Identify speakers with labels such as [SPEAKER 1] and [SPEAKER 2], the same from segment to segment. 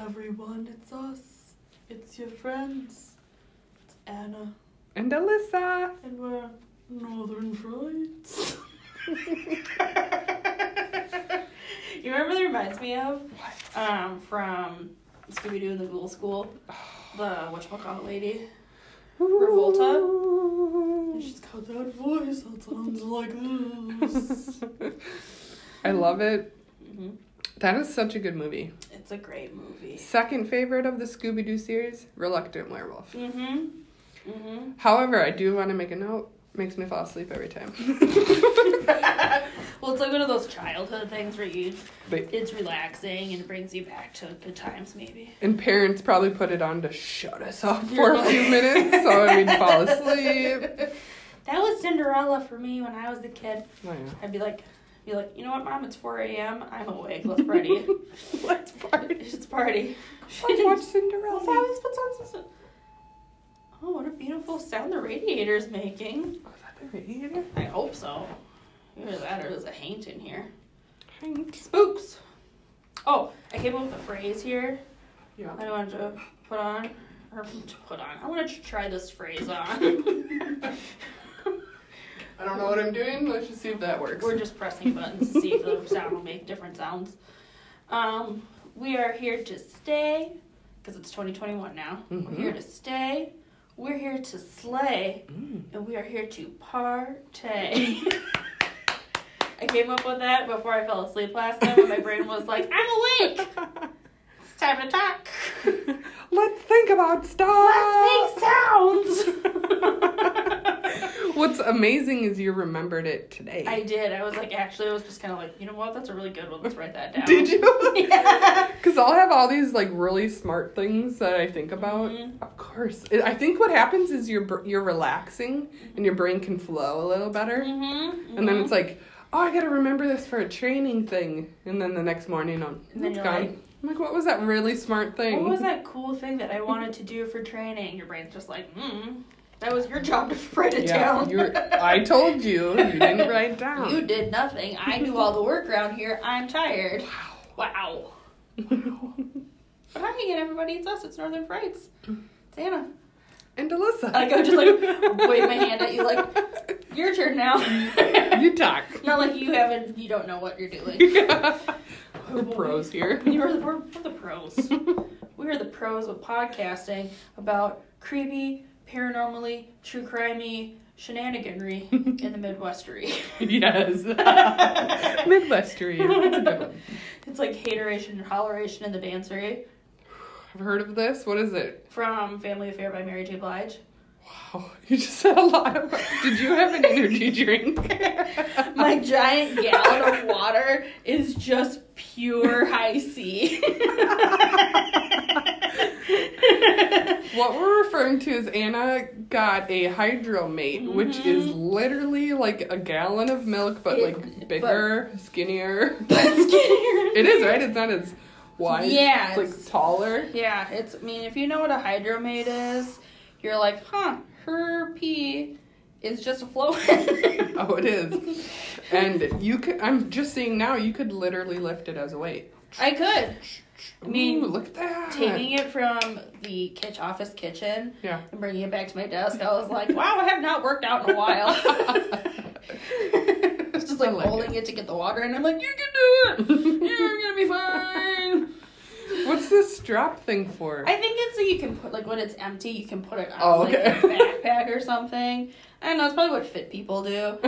[SPEAKER 1] everyone. It's us. It's your friends. It's Anna.
[SPEAKER 2] And Alyssa.
[SPEAKER 1] And we're Northern Frights.
[SPEAKER 3] you remember what it reminds me of? Um, from Scooby Doo and the Ghoul School. The whatchamacallit lady.
[SPEAKER 1] And She's got that voice that sounds like this.
[SPEAKER 2] I love it.
[SPEAKER 3] hmm
[SPEAKER 2] That is such a good movie.
[SPEAKER 3] It's a great movie.
[SPEAKER 2] Second favorite of the Scooby Doo series, Reluctant Werewolf.
[SPEAKER 3] Mm-hmm. Mm-hmm.
[SPEAKER 2] However, I do want to make a note. Makes me fall asleep every time.
[SPEAKER 3] Well, it's like one of those childhood things where you,
[SPEAKER 2] But-
[SPEAKER 3] it's relaxing and it brings you back to good times, maybe.
[SPEAKER 2] And parents probably put it on to shut us up for a few minutes so we'd fall asleep.
[SPEAKER 3] That was Cinderella for me when I was a kid.
[SPEAKER 2] Oh, yeah.
[SPEAKER 3] I'd be like, be like, you know what, mom? It's 4 a.m. I'm awake. Let's party.
[SPEAKER 2] Let's party.
[SPEAKER 3] Let's party.
[SPEAKER 2] Let's watch
[SPEAKER 3] Let's
[SPEAKER 2] Cinderella.
[SPEAKER 3] have- let's put on some- some- Oh, what a beautiful sound the radiator's making.
[SPEAKER 2] Was Oh, that the radiator?
[SPEAKER 3] I hope so. Either that or there's a haint in here.
[SPEAKER 2] Thanks.
[SPEAKER 3] Spooks. Oh, I came up with a phrase here
[SPEAKER 2] Yeah.
[SPEAKER 3] I wanted to put on, or to put on. I wanted to try this phrase on.
[SPEAKER 2] I don't know what I'm doing. Let's just see if that works.
[SPEAKER 3] We're just pressing buttons to see if the sound will make different sounds. Um, we are here to stay because it's 2021 now.
[SPEAKER 2] Mhm.
[SPEAKER 3] We're here to stay. We're here to slay,
[SPEAKER 2] Mm.
[SPEAKER 3] and we are here to partay. I came up with that before I fell asleep last night when my brain was like, "I'm awake. It's time to talk.
[SPEAKER 2] Let's think about stuff.
[SPEAKER 3] Let's make sounds."
[SPEAKER 2] What's amazing is you remembered it today.
[SPEAKER 3] I did. I was like, actually, I was just kind of like, you know what? That's a really good one. Let's write that down.
[SPEAKER 2] Did you?
[SPEAKER 3] Yeah.
[SPEAKER 2] Because I'll have all these like really smart things that I think about.
[SPEAKER 3] Mhm.
[SPEAKER 2] Of course, I I think what happens is you're br- you're relaxing and your brain can flow a little better,
[SPEAKER 3] Mm-hmm.
[SPEAKER 2] and then it's like, oh, I gotta remember this for a training thing, and then the next morning I'm
[SPEAKER 3] And then
[SPEAKER 2] it's
[SPEAKER 3] you're
[SPEAKER 2] gone.
[SPEAKER 3] like-
[SPEAKER 2] I'm like, what was that really smart thing?
[SPEAKER 3] what was that cool thing that I wanted to do for training? Your brain's just like, mm. That was your job to write it
[SPEAKER 2] Yeah,
[SPEAKER 3] down.
[SPEAKER 2] you were, I told you you didn't write it down.
[SPEAKER 3] You did nothing. I do all the work around here. I'm tired. Wow. But hi again, everybody. It's us. It's Northern Frights.
[SPEAKER 2] Mm.
[SPEAKER 3] It's Anna.
[SPEAKER 2] and Alyssa,
[SPEAKER 3] I go just like wave my hand at you like your turn now.
[SPEAKER 2] you talk.
[SPEAKER 3] Not like you haven't. You don't know what you're doing.
[SPEAKER 2] We're pros here.
[SPEAKER 3] Oh, You are the, we're, we're the pros. We are the pros of podcasting about creepy, paranormally, true crimey shenaniganry in the Midwestery.
[SPEAKER 2] yes. Midwestern. That's a good one.
[SPEAKER 3] It's like hateration and holleration in the dancery
[SPEAKER 2] I've heard of this. What is it?
[SPEAKER 3] from Family Affair by Mary J. Blige.
[SPEAKER 2] Wow, you just said a lot. Of, did you have an energy drink?
[SPEAKER 3] My giant gallon of water is just pure high C.
[SPEAKER 2] What we're referring to is Anna got a hydromate, which is literally like a gallon of milk, but
[SPEAKER 3] Mm-hmm. It-
[SPEAKER 2] like bigger, skinnier.
[SPEAKER 3] Let's get here.
[SPEAKER 2] It is right. It's not as wide.
[SPEAKER 3] Yeah,
[SPEAKER 2] it's
[SPEAKER 3] it's-
[SPEAKER 2] like taller.
[SPEAKER 3] Yeah, it's. I mean, if you know what a hydromate is, you're like, huh, her pee is just a flow.
[SPEAKER 2] Oh, it is. and you could. I'm just seeing now. You could literally lift it as a weight.
[SPEAKER 3] I could I mean,
[SPEAKER 2] Ooh, look at that.
[SPEAKER 3] taking it from the kitchen office kitchen
[SPEAKER 2] Yeah.
[SPEAKER 3] and bringing it back to my desk. I was like, wow, I have not worked out in a while. It's just like,
[SPEAKER 2] I like
[SPEAKER 3] holding it. to get the water, and I'm like, you can do it. You're gonna be fine.
[SPEAKER 2] What's this strap thing for?
[SPEAKER 3] I think it's so you can put like when it's empty, you can put it on
[SPEAKER 2] Oh,
[SPEAKER 3] like
[SPEAKER 2] okay.
[SPEAKER 3] your backpack or something. I don't know. It's probably what fit people do.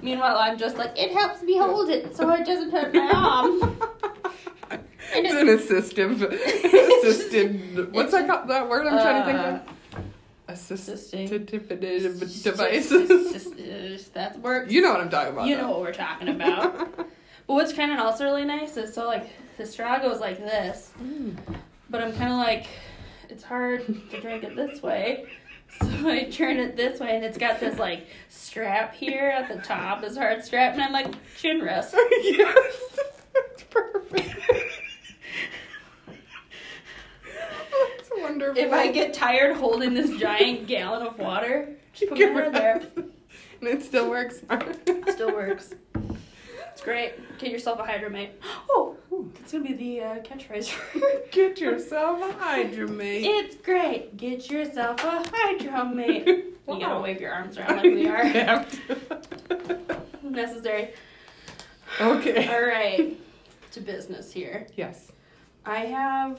[SPEAKER 3] Meanwhile, I'm just like, it helps me hold it so it doesn't hurt my arm.
[SPEAKER 2] it's an assistive, assisted. What's that called? That word I'm trying to think of.
[SPEAKER 3] Uh, assisting.
[SPEAKER 2] Assistive
[SPEAKER 3] Just-
[SPEAKER 2] devices.
[SPEAKER 3] just- just- That works.
[SPEAKER 2] you know what I'm talking about.
[SPEAKER 3] You know what we're talking about. but what's kind of also really nice is so like the straw goes like this, but I'm kind of like, it's hard to drink it this way. So I turn it this way, and it's got this like strap here at the top, this hard strap, and I'm like chin rest.
[SPEAKER 2] though. yes, that's perfect. that's wonderful.
[SPEAKER 3] If I get tired holding this giant gallon of water, just put my
[SPEAKER 2] Get
[SPEAKER 3] hand
[SPEAKER 2] rid-
[SPEAKER 3] there.
[SPEAKER 2] and it still works.
[SPEAKER 3] Still works. It's great. Get yourself a hydromate. Oh, that's gonna be the uh, catchphrase. for-
[SPEAKER 2] Get yourself a hydromate.
[SPEAKER 3] it's great. Get yourself a hydromate. You gotta
[SPEAKER 2] Wow.
[SPEAKER 3] wave your arms around like we are. Necessary.
[SPEAKER 2] okay.
[SPEAKER 3] All right. To business here.
[SPEAKER 2] Yes.
[SPEAKER 3] I have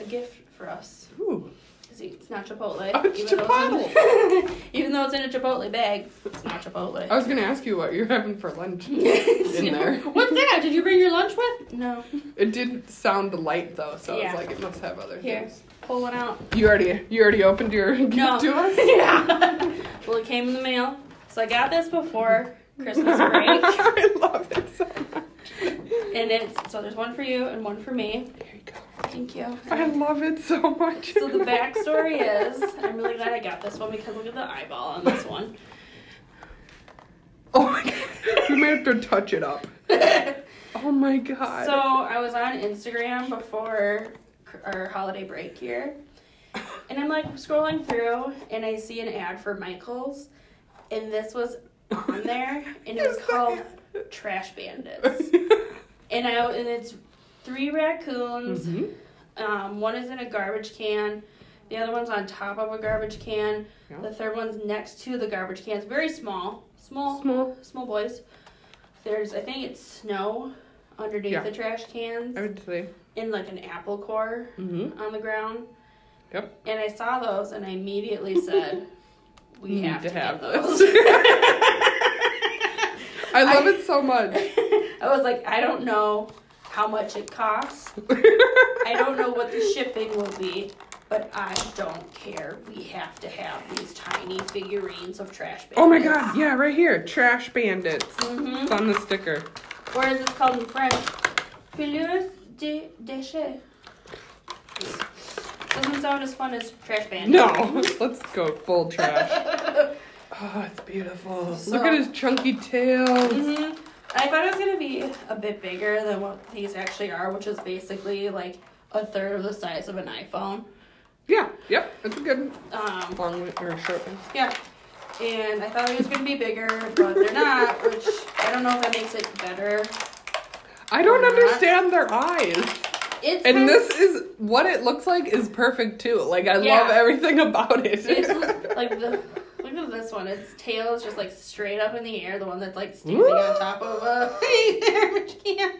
[SPEAKER 3] a gift for us.
[SPEAKER 2] Ooh.
[SPEAKER 3] See, it's not Chipotle.
[SPEAKER 2] Oh, it's
[SPEAKER 3] even Though it's in, even though it's in a Chipotle bag, it's not Chipotle.
[SPEAKER 2] I was gonna ask you what you're having for lunch. Oh, in there.
[SPEAKER 3] What's that? Did you bring your lunch with? No.
[SPEAKER 2] It did sound light though, so
[SPEAKER 3] Yeah.
[SPEAKER 2] it's like it must have other
[SPEAKER 3] Here.
[SPEAKER 2] things.
[SPEAKER 3] Pull one out.
[SPEAKER 2] You already you already opened your gift
[SPEAKER 3] No.
[SPEAKER 2] to us?
[SPEAKER 3] yeah. Well, it came in the mail, so I got this before Christmas break,
[SPEAKER 2] I love it so much.
[SPEAKER 3] and it's so there's one for you and one for me.
[SPEAKER 2] There you go.
[SPEAKER 3] Thank you.
[SPEAKER 2] I love it so much.
[SPEAKER 3] So the backstory is, I'm really glad I got this one because look at the eyeball on this one.
[SPEAKER 2] Oh my god. You might have to touch it up. Oh my god.
[SPEAKER 3] So I was on Instagram before cr- our holiday break here, and I'm like scrolling through, and I see an ad for Michaels, and this was on there, and it was called Trash Bandits, and I and it's three raccoons.
[SPEAKER 2] Mhm.
[SPEAKER 3] Um, one is in a garbage can. The other one's on top of a garbage can.
[SPEAKER 2] Yeah.
[SPEAKER 3] The third one's next to the garbage can. It's very small, small,
[SPEAKER 2] Small.
[SPEAKER 3] small boys. There's, I think it's snow underneath
[SPEAKER 2] Yeah.
[SPEAKER 3] the trash cans
[SPEAKER 2] I would say.
[SPEAKER 3] in like an apple core
[SPEAKER 2] Mm-hmm.
[SPEAKER 3] on the ground.
[SPEAKER 2] Yep.
[SPEAKER 3] And I saw those and I immediately said, "We
[SPEAKER 2] We
[SPEAKER 3] have
[SPEAKER 2] need
[SPEAKER 3] to,
[SPEAKER 2] to have
[SPEAKER 3] get those."
[SPEAKER 2] those. I love it so much.
[SPEAKER 3] I was like, I don't know how much it costs. I don't know what the shipping will be, but I don't care. We have to have these tiny figurines of trash bags.
[SPEAKER 2] Oh my god, yeah, right here. Trash bandits.
[SPEAKER 3] Mm-hmm.
[SPEAKER 2] It's on the sticker.
[SPEAKER 3] Or is it called in French? Pelouse de déchets. Doesn't sound as fun as trash band.
[SPEAKER 2] No. Let's go full trash. Oh, it's beautiful.
[SPEAKER 3] So-
[SPEAKER 2] Look at his chunky tail.
[SPEAKER 3] hmm I thought it was gonna be a bit bigger than what these actually are, which is basically like a third of the size of an iPhone.
[SPEAKER 2] Yeah, yep. It's a good
[SPEAKER 3] Um,
[SPEAKER 2] long one or a short one.
[SPEAKER 3] Yeah. And I thought it was gonna be bigger, but they're not, which I don't know if that makes it better.
[SPEAKER 2] I don't
[SPEAKER 3] Or not.
[SPEAKER 2] understand their eyes.
[SPEAKER 3] It's
[SPEAKER 2] And
[SPEAKER 3] kind-
[SPEAKER 2] this is what it looks like is perfect too. Like I
[SPEAKER 3] Yeah.
[SPEAKER 2] love everything about it.
[SPEAKER 3] it's like the look at this one. Its tail is just like straight up in the air, the one that's like standing
[SPEAKER 2] Woo!
[SPEAKER 3] on top of a garbage can.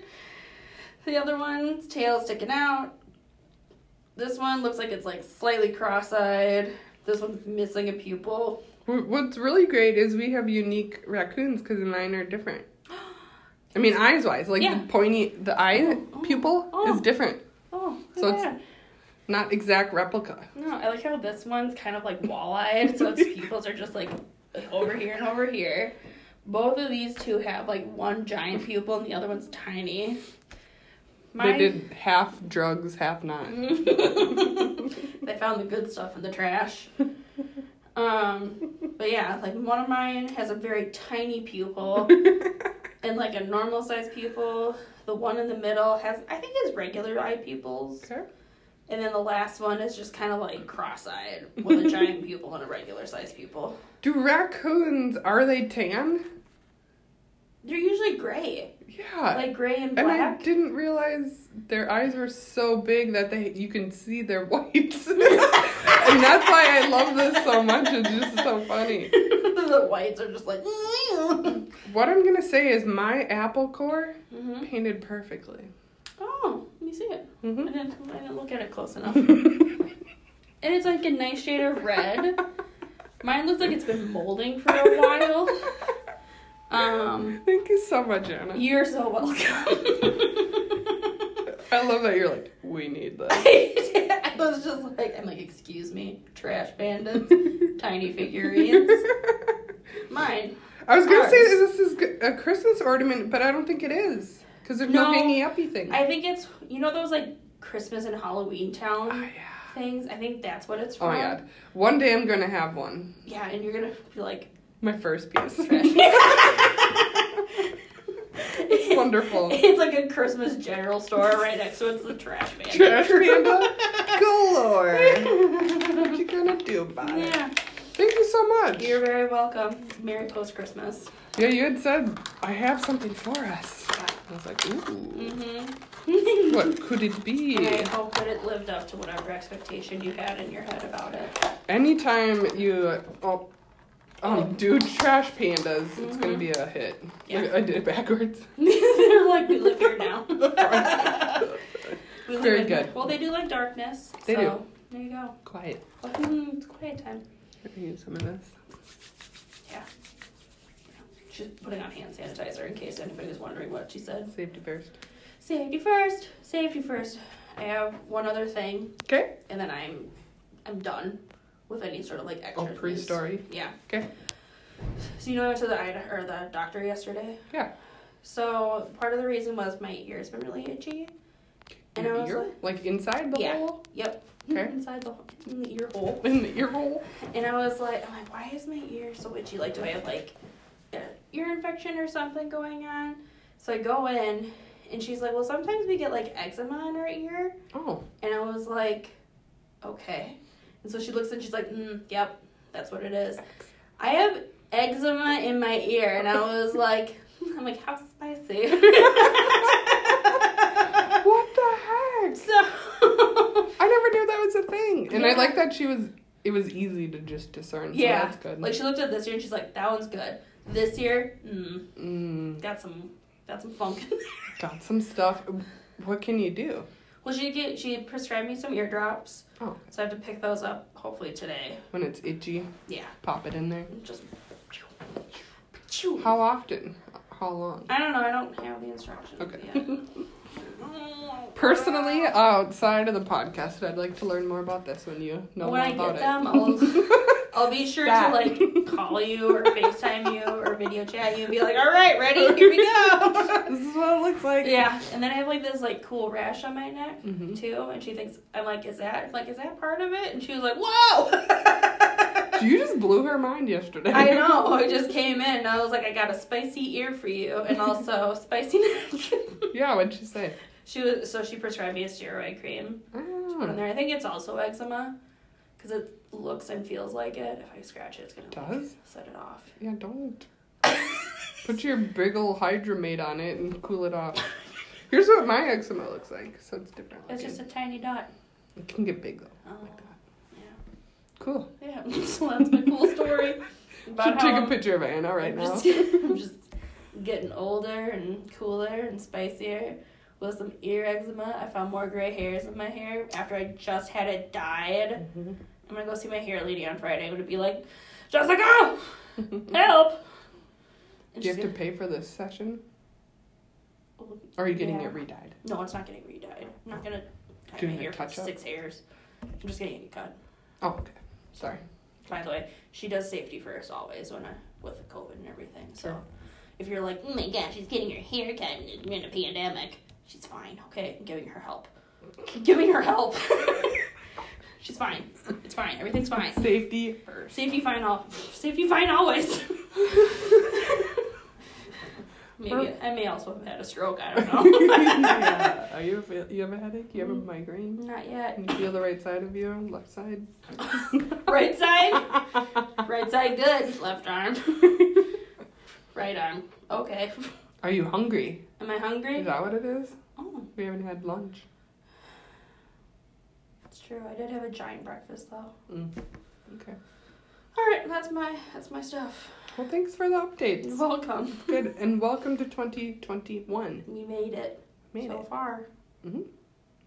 [SPEAKER 3] The other one's tail sticking out. This one looks like it's like slightly cross-eyed. This one's missing a pupil.
[SPEAKER 2] Wh- What's really great is we have unique raccoons because mine are different. I mean, eyes wise, like
[SPEAKER 3] Yeah.
[SPEAKER 2] the pointy, the eye
[SPEAKER 3] Oh, oh,
[SPEAKER 2] pupil
[SPEAKER 3] oh.
[SPEAKER 2] is different,
[SPEAKER 3] Oh, look
[SPEAKER 2] So
[SPEAKER 3] at
[SPEAKER 2] it's-
[SPEAKER 3] that.
[SPEAKER 2] not exact replica.
[SPEAKER 3] No, I like how this one's kind of like wall-eyed, so its pupils are just like over here and over here. Both of these two have like one giant pupil and the other one's tiny.
[SPEAKER 2] They did half drugs, half not.
[SPEAKER 3] they found the good stuff in the trash. Um, but yeah, like one of mine has a very tiny pupil and like a normal sized pupil. The one in the middle has, I think, is regular eye pupils.
[SPEAKER 2] Okay.
[SPEAKER 3] And then the last one is just kind of like cross-eyed with a giant pupil and a regular sized pupil.
[SPEAKER 2] Do raccoons are they tan?
[SPEAKER 3] They're usually gray,
[SPEAKER 2] Yeah.
[SPEAKER 3] like gray and
[SPEAKER 2] and I
[SPEAKER 3] black.
[SPEAKER 2] didn't realize their eyes were so big that they you can see their whites. and that's why I love this so much. It's just so funny.
[SPEAKER 3] the whites are just like. mm
[SPEAKER 2] What I'm gonna say is my apple core painted perfectly.
[SPEAKER 3] Oh, let me see it. I
[SPEAKER 2] Mhm.
[SPEAKER 3] didn't, I didn't look at it close enough. and it's like a nice shade of red. Mine looks like it's been molding for a while. Um,
[SPEAKER 2] Thank you so much, Anna.
[SPEAKER 3] you're so welcome.
[SPEAKER 2] I love that you're like, we need this.
[SPEAKER 3] I was just like, I'm like, excuse me, trash bandits, tiny figurines. Mine.
[SPEAKER 2] I was gonna say
[SPEAKER 3] Ours.
[SPEAKER 2] this is g- a Christmas ornament, but I don't think it is because there's no,
[SPEAKER 3] No.
[SPEAKER 2] hangy uppy thing.
[SPEAKER 3] I think it's you know those like Christmas and Halloween
[SPEAKER 2] oh
[SPEAKER 3] town
[SPEAKER 2] yeah.
[SPEAKER 3] things. I think that's what it's
[SPEAKER 2] Oh
[SPEAKER 3] from.
[SPEAKER 2] my god. One day I'm gonna have one.
[SPEAKER 3] Yeah, and you're gonna be like
[SPEAKER 2] My first piece.
[SPEAKER 3] trash.
[SPEAKER 2] It's wonderful.
[SPEAKER 3] It's like a Christmas general store right next to it's the trash man.
[SPEAKER 2] Trash panda galore. What you gonna do about it?
[SPEAKER 3] yeah,
[SPEAKER 2] Thank you so much.
[SPEAKER 3] you're very welcome. Merry post Christmas.
[SPEAKER 2] yeah, you had said I have something for us. I was like, ooh,
[SPEAKER 3] Mm-hmm.
[SPEAKER 2] what could it be?
[SPEAKER 3] And I hope that it lived up to whatever expectation you had in your head about it.
[SPEAKER 2] Anytime you oh, um, do trash pandas, it's gonna
[SPEAKER 3] Mhm.
[SPEAKER 2] be a hit.
[SPEAKER 3] Yeah.
[SPEAKER 2] Like, I did it backwards.
[SPEAKER 3] They're like, we live here now. We live
[SPEAKER 2] Very
[SPEAKER 3] in-
[SPEAKER 2] good.
[SPEAKER 3] Well, they do like darkness.
[SPEAKER 2] They
[SPEAKER 3] so
[SPEAKER 2] do.
[SPEAKER 3] There you go.
[SPEAKER 2] Quiet.
[SPEAKER 3] Welcome. Mm, It's quiet time.
[SPEAKER 2] Let me use some of this.
[SPEAKER 3] She's putting on hand sanitizer in case anybody was wondering what she said.
[SPEAKER 2] Safety first.
[SPEAKER 3] Safety first. Safety first. I have one other thing,
[SPEAKER 2] Okay.
[SPEAKER 3] and then I'm, I'm done with any sort of like extra.
[SPEAKER 2] Oh, pre-story.
[SPEAKER 3] Yeah.
[SPEAKER 2] Okay.
[SPEAKER 3] So you know I went to the eye or the doctor yesterday.
[SPEAKER 2] Yeah.
[SPEAKER 3] So part of the reason was my ear's been really itchy. And I
[SPEAKER 2] Your
[SPEAKER 3] was
[SPEAKER 2] ear? Like inside the
[SPEAKER 3] Yeah.
[SPEAKER 2] hole?
[SPEAKER 3] Yep.
[SPEAKER 2] Okay.
[SPEAKER 3] Inside the in the ear hole.
[SPEAKER 2] In the ear hole?
[SPEAKER 3] And I was like, I'm like, why is my ear so itchy? Like, do I have like an ear infection or something going on? So I go in, and she's like, well, sometimes we get like eczema in our ear.
[SPEAKER 2] Oh.
[SPEAKER 3] And I was like, okay. And so she looks and she's like, mm, yep, that's what it is. I have eczema in my ear. And I was like, I'm like, how spicy.
[SPEAKER 2] What the heck?
[SPEAKER 3] so,
[SPEAKER 2] I never knew that was a thing. And I
[SPEAKER 3] Yeah.
[SPEAKER 2] like that she was, it was easy to just discern. So
[SPEAKER 3] Yeah.
[SPEAKER 2] That's good.
[SPEAKER 3] like, she looked at this ear and she's like, that one's good. This ear, mm,
[SPEAKER 2] mm,
[SPEAKER 3] got some, got some funk in there.
[SPEAKER 2] got some stuff. What can you do?
[SPEAKER 3] Well, she get she prescribed me some ear drops,
[SPEAKER 2] Oh,
[SPEAKER 3] so I have to pick those up hopefully today.
[SPEAKER 2] when it's itchy,
[SPEAKER 3] Yeah,
[SPEAKER 2] pop it in there.
[SPEAKER 3] just.
[SPEAKER 2] How often? How long?
[SPEAKER 3] I don't know. I don't have the instructions.
[SPEAKER 2] Okay.
[SPEAKER 3] Yet.
[SPEAKER 2] Personally, outside of the podcast, I'd like to learn more about this when you know
[SPEAKER 3] when I
[SPEAKER 2] more
[SPEAKER 3] get
[SPEAKER 2] about
[SPEAKER 3] them,
[SPEAKER 2] it.
[SPEAKER 3] I'll I'll be sure
[SPEAKER 2] That.
[SPEAKER 3] to like call you or Facetime you or video chat you and be like, "All right, ready? Here we go."
[SPEAKER 2] this is what it looks like.
[SPEAKER 3] yeah, and then I have like this like cool rash on my neck
[SPEAKER 2] hmm
[SPEAKER 3] too, and she thinks I'm like, "Is that like is that part of it?" And she was like, "Whoa!"
[SPEAKER 2] You just blew her mind yesterday.
[SPEAKER 3] I know. I just came in and I was like, I got a spicy ear for you and also spicy neck.
[SPEAKER 2] Yeah, what'd she say?
[SPEAKER 3] she was so she prescribed me a steroid cream. Put in
[SPEAKER 2] Oh,
[SPEAKER 3] there. I think it's also eczema because it looks and feels like it. If I scratch it, it's gonna like,
[SPEAKER 2] Does?
[SPEAKER 3] set it off.
[SPEAKER 2] yeah, don't. Put your big ol' hydromate on it and cool it off. Here's what my eczema looks like, so it's different.
[SPEAKER 3] It's
[SPEAKER 2] looking.
[SPEAKER 3] just a tiny dot.
[SPEAKER 2] it can get big though.
[SPEAKER 3] Oh,
[SPEAKER 2] Like that. Cool.
[SPEAKER 3] yeah. Yeah. so that's my cool story.
[SPEAKER 2] Should
[SPEAKER 3] About
[SPEAKER 2] take
[SPEAKER 3] how
[SPEAKER 2] a picture of Anna right
[SPEAKER 3] I'm
[SPEAKER 2] now.
[SPEAKER 3] Just, I'm just getting older and cooler and spicier with some ear eczema. I found more gray hairs in my hair after I just had it dyed.
[SPEAKER 2] Mm-hmm.
[SPEAKER 3] I'm gonna go see my hair lady on Friday. I'm gonna be like, Jessica, help! And
[SPEAKER 2] Do you
[SPEAKER 3] she's
[SPEAKER 2] have to pay for this session?
[SPEAKER 3] gonna-
[SPEAKER 2] Or are you getting
[SPEAKER 3] Yeah.
[SPEAKER 2] it redyed?
[SPEAKER 3] No, it's not getting redyed. I'm not gonna dye
[SPEAKER 2] Doing
[SPEAKER 3] my
[SPEAKER 2] a
[SPEAKER 3] hair for
[SPEAKER 2] touch-up?
[SPEAKER 3] six hairs. I'm just gonna get it cut.
[SPEAKER 2] Oh, okay. Sorry.
[SPEAKER 3] By the way, she does safety first always when I with the COVID and everything. So
[SPEAKER 2] Sure.
[SPEAKER 3] if you're like, oh my gosh, she's getting her hair cut in in a pandemic, she's fine. Okay, I'm giving her help. Keep giving her help. she's fine. It's fine. Everything's fine.
[SPEAKER 2] Safety first.
[SPEAKER 3] Safety fine. All safety fine always. Maybe I may also have had a stroke. I don't know.
[SPEAKER 2] Yeah. Are you feel you have a headache? You have a
[SPEAKER 3] Mm-hmm.
[SPEAKER 2] migraine?
[SPEAKER 3] Not yet.
[SPEAKER 2] Can you feel the right side of you? Left side?
[SPEAKER 3] Right side. Right side. Good. Left arm. Right arm. Okay.
[SPEAKER 2] Are you hungry?
[SPEAKER 3] Am I hungry?
[SPEAKER 2] Is that what it is?
[SPEAKER 3] Oh.
[SPEAKER 2] We haven't had lunch.
[SPEAKER 3] It's true. I did have a giant breakfast though.
[SPEAKER 2] Mm. Okay.
[SPEAKER 3] All right, that's my that's my stuff.
[SPEAKER 2] Well, thanks for the updates.
[SPEAKER 3] Welcome.
[SPEAKER 2] Good, and welcome to 2021.
[SPEAKER 3] We made it
[SPEAKER 2] Made
[SPEAKER 3] so
[SPEAKER 2] it.
[SPEAKER 3] far.
[SPEAKER 2] hmm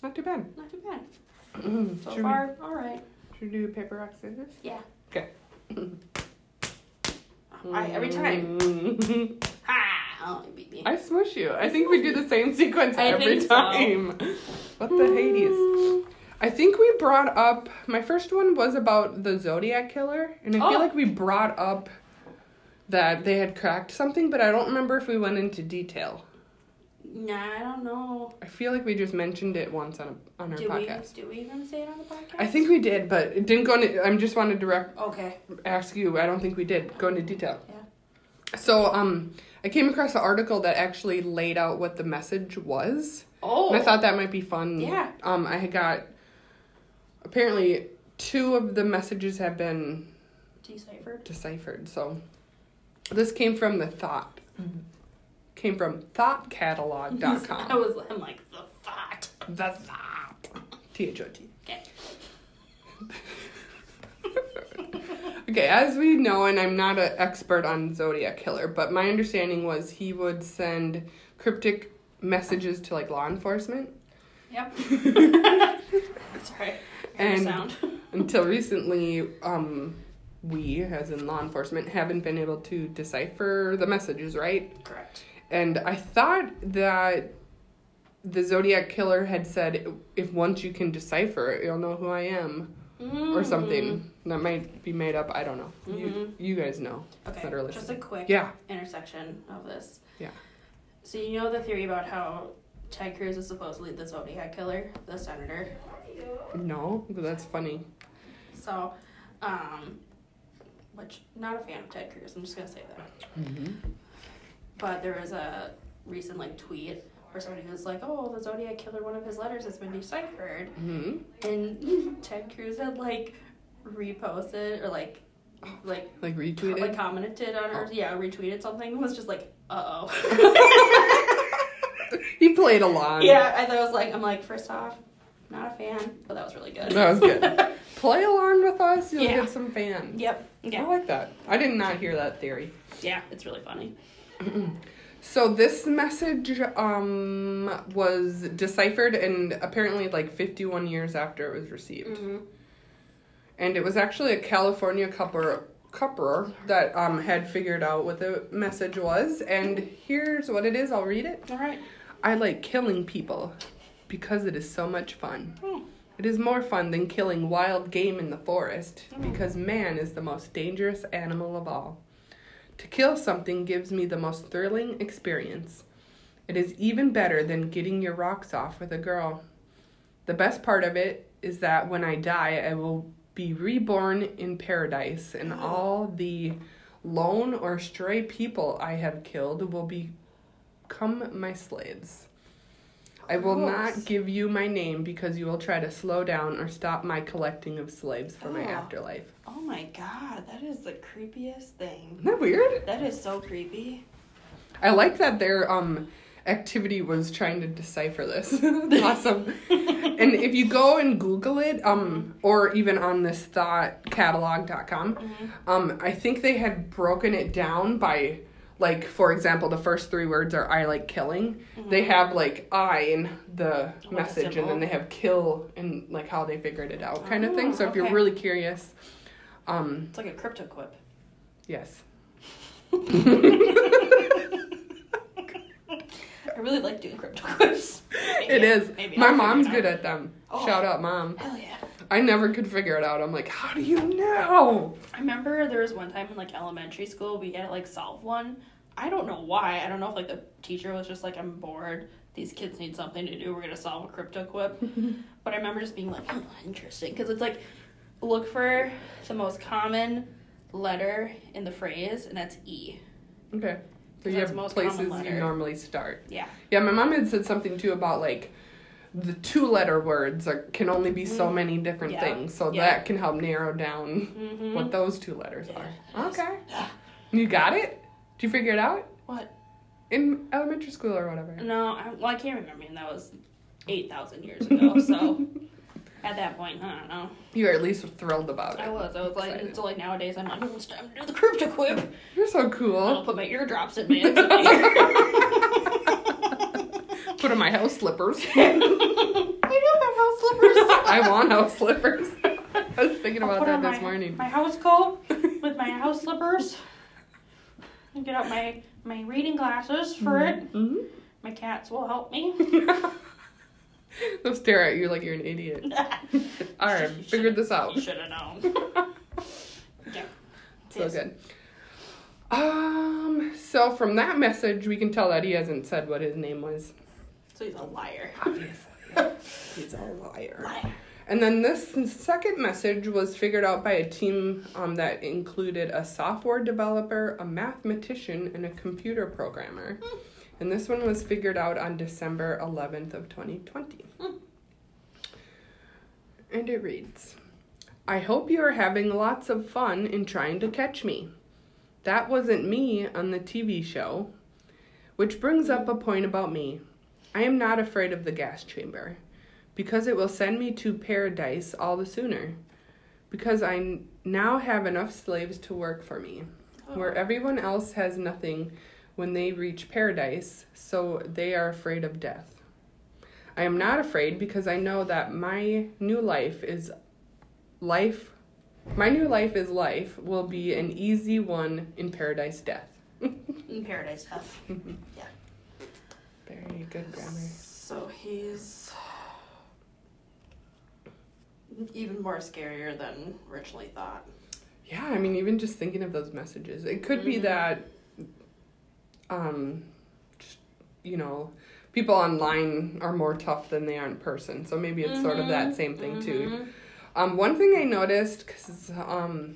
[SPEAKER 2] Not too bad.
[SPEAKER 3] Not too bad. So
[SPEAKER 2] should,
[SPEAKER 3] far, all right.
[SPEAKER 2] we, should we do paper, rock, scissors?
[SPEAKER 3] Yeah.
[SPEAKER 2] Okay.
[SPEAKER 3] I, every time.
[SPEAKER 2] Mm.
[SPEAKER 3] Ha! Oh, you beat me.
[SPEAKER 2] I smush you. I think we do the same sequence
[SPEAKER 3] I
[SPEAKER 2] every
[SPEAKER 3] think so.
[SPEAKER 2] time. What the Hades? I think we brought up my first one was about the Zodiac killer, and I
[SPEAKER 3] Oh.
[SPEAKER 2] feel like we brought up that they had cracked something, but I don't remember if we went into detail.
[SPEAKER 3] Nah, I don't know.
[SPEAKER 2] I feel like we just mentioned it once on a, on our
[SPEAKER 3] Did we
[SPEAKER 2] podcast.
[SPEAKER 3] do we even say it on the podcast?
[SPEAKER 2] I think we did, but it didn't go into. I'm just want to direct
[SPEAKER 3] Okay.
[SPEAKER 2] ask you. I don't think we did go into detail.
[SPEAKER 3] Yeah.
[SPEAKER 2] So um, I came across an article that actually laid out what the message was.
[SPEAKER 3] Oh.
[SPEAKER 2] And I thought that might be fun.
[SPEAKER 3] Yeah.
[SPEAKER 2] Um, I had got apparently two of the messages have been
[SPEAKER 3] deciphered.
[SPEAKER 2] deciphered. So this came from the thought came from thoughtcatalog.com.
[SPEAKER 3] I Mm-hmm. was, I'm like, the thought.
[SPEAKER 2] The thought. ah, T H O T.
[SPEAKER 3] Okay.
[SPEAKER 2] Okay, as we know, and I'm not an expert on Zodiac Killer, but my understanding was he would send cryptic messages to like law enforcement.
[SPEAKER 3] Yep. Sorry.
[SPEAKER 2] And-
[SPEAKER 3] And sound.
[SPEAKER 2] Until recently, um, we, as in law enforcement, haven't been able to decipher the messages, right?
[SPEAKER 3] Correct.
[SPEAKER 2] And I thought that the Zodiac Killer had said, if once you can decipher it, you'll know who I am, or
[SPEAKER 3] Mm-hmm. Mm.
[SPEAKER 2] something. That might be made up, I don't know. You, you guys know.
[SPEAKER 3] Okay.
[SPEAKER 2] that are
[SPEAKER 3] Just a quick
[SPEAKER 2] Yeah.
[SPEAKER 3] intersection of this.
[SPEAKER 2] Yeah.
[SPEAKER 3] So you know the theory about how Ted Cruz is supposedly the Zodiac killer, the senator.
[SPEAKER 2] No, that's funny.
[SPEAKER 3] So, um, which not a fan of Ted Cruz. I'm just gonna say that. But there was a recent like tweet where somebody was like, "Oh, the Zodiac killer. One of his letters has been deciphered."
[SPEAKER 2] hmm
[SPEAKER 3] and Ted Cruz had like reposted or like like
[SPEAKER 2] Like
[SPEAKER 3] co-
[SPEAKER 2] retweeted.
[SPEAKER 3] like commented on or
[SPEAKER 2] Oh.
[SPEAKER 3] yeah retweeted something and was just like uh oh
[SPEAKER 2] he played along.
[SPEAKER 3] yeah I thought I was like I'm like first off not a fan but that was really good
[SPEAKER 2] That was good. Play along with us, you'll
[SPEAKER 3] Yeah.
[SPEAKER 2] get some fans.
[SPEAKER 3] yep yeah
[SPEAKER 2] I like that. I did not hear that theory.
[SPEAKER 3] yeah it's really funny
[SPEAKER 2] So this message um was deciphered and apparently like 51 years after it was received.
[SPEAKER 3] Mm-hmm.
[SPEAKER 2] And it was actually a California cupper cupperer that um had figured out what the message was and here's what it is. I'll read it.
[SPEAKER 3] all right
[SPEAKER 2] I like killing people because it is so much fun.
[SPEAKER 3] Hmm.
[SPEAKER 2] It is more fun than killing wild game in the forest
[SPEAKER 3] Hmm.
[SPEAKER 2] because man is the most dangerous animal of all. To kill something gives me the most thrilling experience. It is even better than getting your rocks off with a girl. The best part of it is that when I die, I will be reborn in paradise, and
[SPEAKER 3] Hmm.
[SPEAKER 2] all the lone or stray people I have killed will become my slaves. I will
[SPEAKER 3] Gross.
[SPEAKER 2] not give you my name because you will try to slow down or stop my collecting of slaves for my
[SPEAKER 3] Oh.
[SPEAKER 2] afterlife.
[SPEAKER 3] oh my god that is the creepiest thing
[SPEAKER 2] Isn't that weird?
[SPEAKER 3] that is so creepy
[SPEAKER 2] I like that their um activity was trying to decipher this. It's awesome. and if you go and Google it, um, or even on this thought catalog.com, um, I think they had broken it down by like, for example, the first three words are I like killing. They have like I in the
[SPEAKER 3] Like a
[SPEAKER 2] message and
[SPEAKER 3] symbol.
[SPEAKER 2] then they have kill and like how they figured it out kind of thing.
[SPEAKER 3] Oh,
[SPEAKER 2] So if you're
[SPEAKER 3] okay.
[SPEAKER 2] really curious, um,
[SPEAKER 3] it's like a crypto quip
[SPEAKER 2] yes.
[SPEAKER 3] I really like doing crypto quips Maybe-
[SPEAKER 2] it is.
[SPEAKER 3] maybe
[SPEAKER 2] My
[SPEAKER 3] I'll
[SPEAKER 2] mom's
[SPEAKER 3] figure
[SPEAKER 2] good
[SPEAKER 3] it out.
[SPEAKER 2] at them.
[SPEAKER 3] Oh.
[SPEAKER 2] Shout out, mom.
[SPEAKER 3] hell yeah
[SPEAKER 2] I never could figure it out. I'm like, how do you know?
[SPEAKER 3] I remember there was one time in like elementary school we had to like solve one. I don't know why. I don't know if like the teacher was just like, I'm bored. These kids need something to do. We're gonna solve a crypto quip. but I remember just being like, oh, interesting, because it's like, look for the most common letter in the phrase, and that's E.
[SPEAKER 2] Okay. So
[SPEAKER 3] Because
[SPEAKER 2] you
[SPEAKER 3] that's
[SPEAKER 2] have
[SPEAKER 3] most common
[SPEAKER 2] places you
[SPEAKER 3] letter.
[SPEAKER 2] normally start.
[SPEAKER 3] Yeah.
[SPEAKER 2] Yeah, my mom had said something too about like the two letter words are, can only be so many different
[SPEAKER 3] Mm. Yeah.
[SPEAKER 2] things. So
[SPEAKER 3] Yeah.
[SPEAKER 2] that can help narrow down
[SPEAKER 3] Mm-hmm.
[SPEAKER 2] what those two letters
[SPEAKER 3] Yeah.
[SPEAKER 2] are. Okay. You got it? Did you figure it out?
[SPEAKER 3] What?
[SPEAKER 2] In elementary school or whatever.
[SPEAKER 3] No, I, well I can't remember. And that was eight thousand years ago. So at that point, I don't know.
[SPEAKER 2] You were at least thrilled about it.
[SPEAKER 3] I was. I was like,
[SPEAKER 2] Excited.
[SPEAKER 3] until like nowadays, I'm like, oh, it's time to do the crypto quip.
[SPEAKER 2] You're so
[SPEAKER 3] I'll
[SPEAKER 2] cool.
[SPEAKER 3] put my eardrops in my ear.
[SPEAKER 2] Put on my house slippers.
[SPEAKER 3] I
[SPEAKER 2] I want house slippers. I was thinking
[SPEAKER 3] I'll
[SPEAKER 2] about
[SPEAKER 3] put
[SPEAKER 2] that
[SPEAKER 3] on
[SPEAKER 2] this
[SPEAKER 3] my,
[SPEAKER 2] morning.
[SPEAKER 3] My house coat with my house slippers. And get out my my reading glasses for
[SPEAKER 1] Mm-hmm.
[SPEAKER 3] it.
[SPEAKER 2] Mhm.
[SPEAKER 3] My cats will help me.
[SPEAKER 2] They'll stare at you like you're an idiot. All right, figured this out.
[SPEAKER 3] You should have known. yeah.
[SPEAKER 2] So good. Um, so from that message, we can tell that he hasn't said what his name was.
[SPEAKER 3] So he's a liar.
[SPEAKER 2] He's a liar.
[SPEAKER 3] Liar.
[SPEAKER 2] And then this second message was figured out by a team um, that included a software developer, a mathematician, and a computer programmer. And this one was figured out on December 11th of 2020. And it reads, I hope you are having lots of fun in trying to catch me. That wasn't me on the TV show. Which brings up a point about me. I am not afraid of the gas chamber because it will send me to paradise all the sooner. Because I n- now have enough slaves to work for me, where everyone else has nothing when they reach paradise, so they are afraid of death. I am not afraid because I know that my new life is life. My new life is life will be an easy one in paradise death.
[SPEAKER 3] in paradise stuff.
[SPEAKER 2] Very good grammar.
[SPEAKER 1] So he's even more scarier than originally thought.
[SPEAKER 2] Yeah, I mean, even just thinking of those messages, it could be
[SPEAKER 3] Mhm.
[SPEAKER 2] that, um, just, you know, people online are more tough than they are in person. So maybe it's sort of that same thing
[SPEAKER 3] Mm-hmm.
[SPEAKER 2] too. Um, one thing I noticed, because um,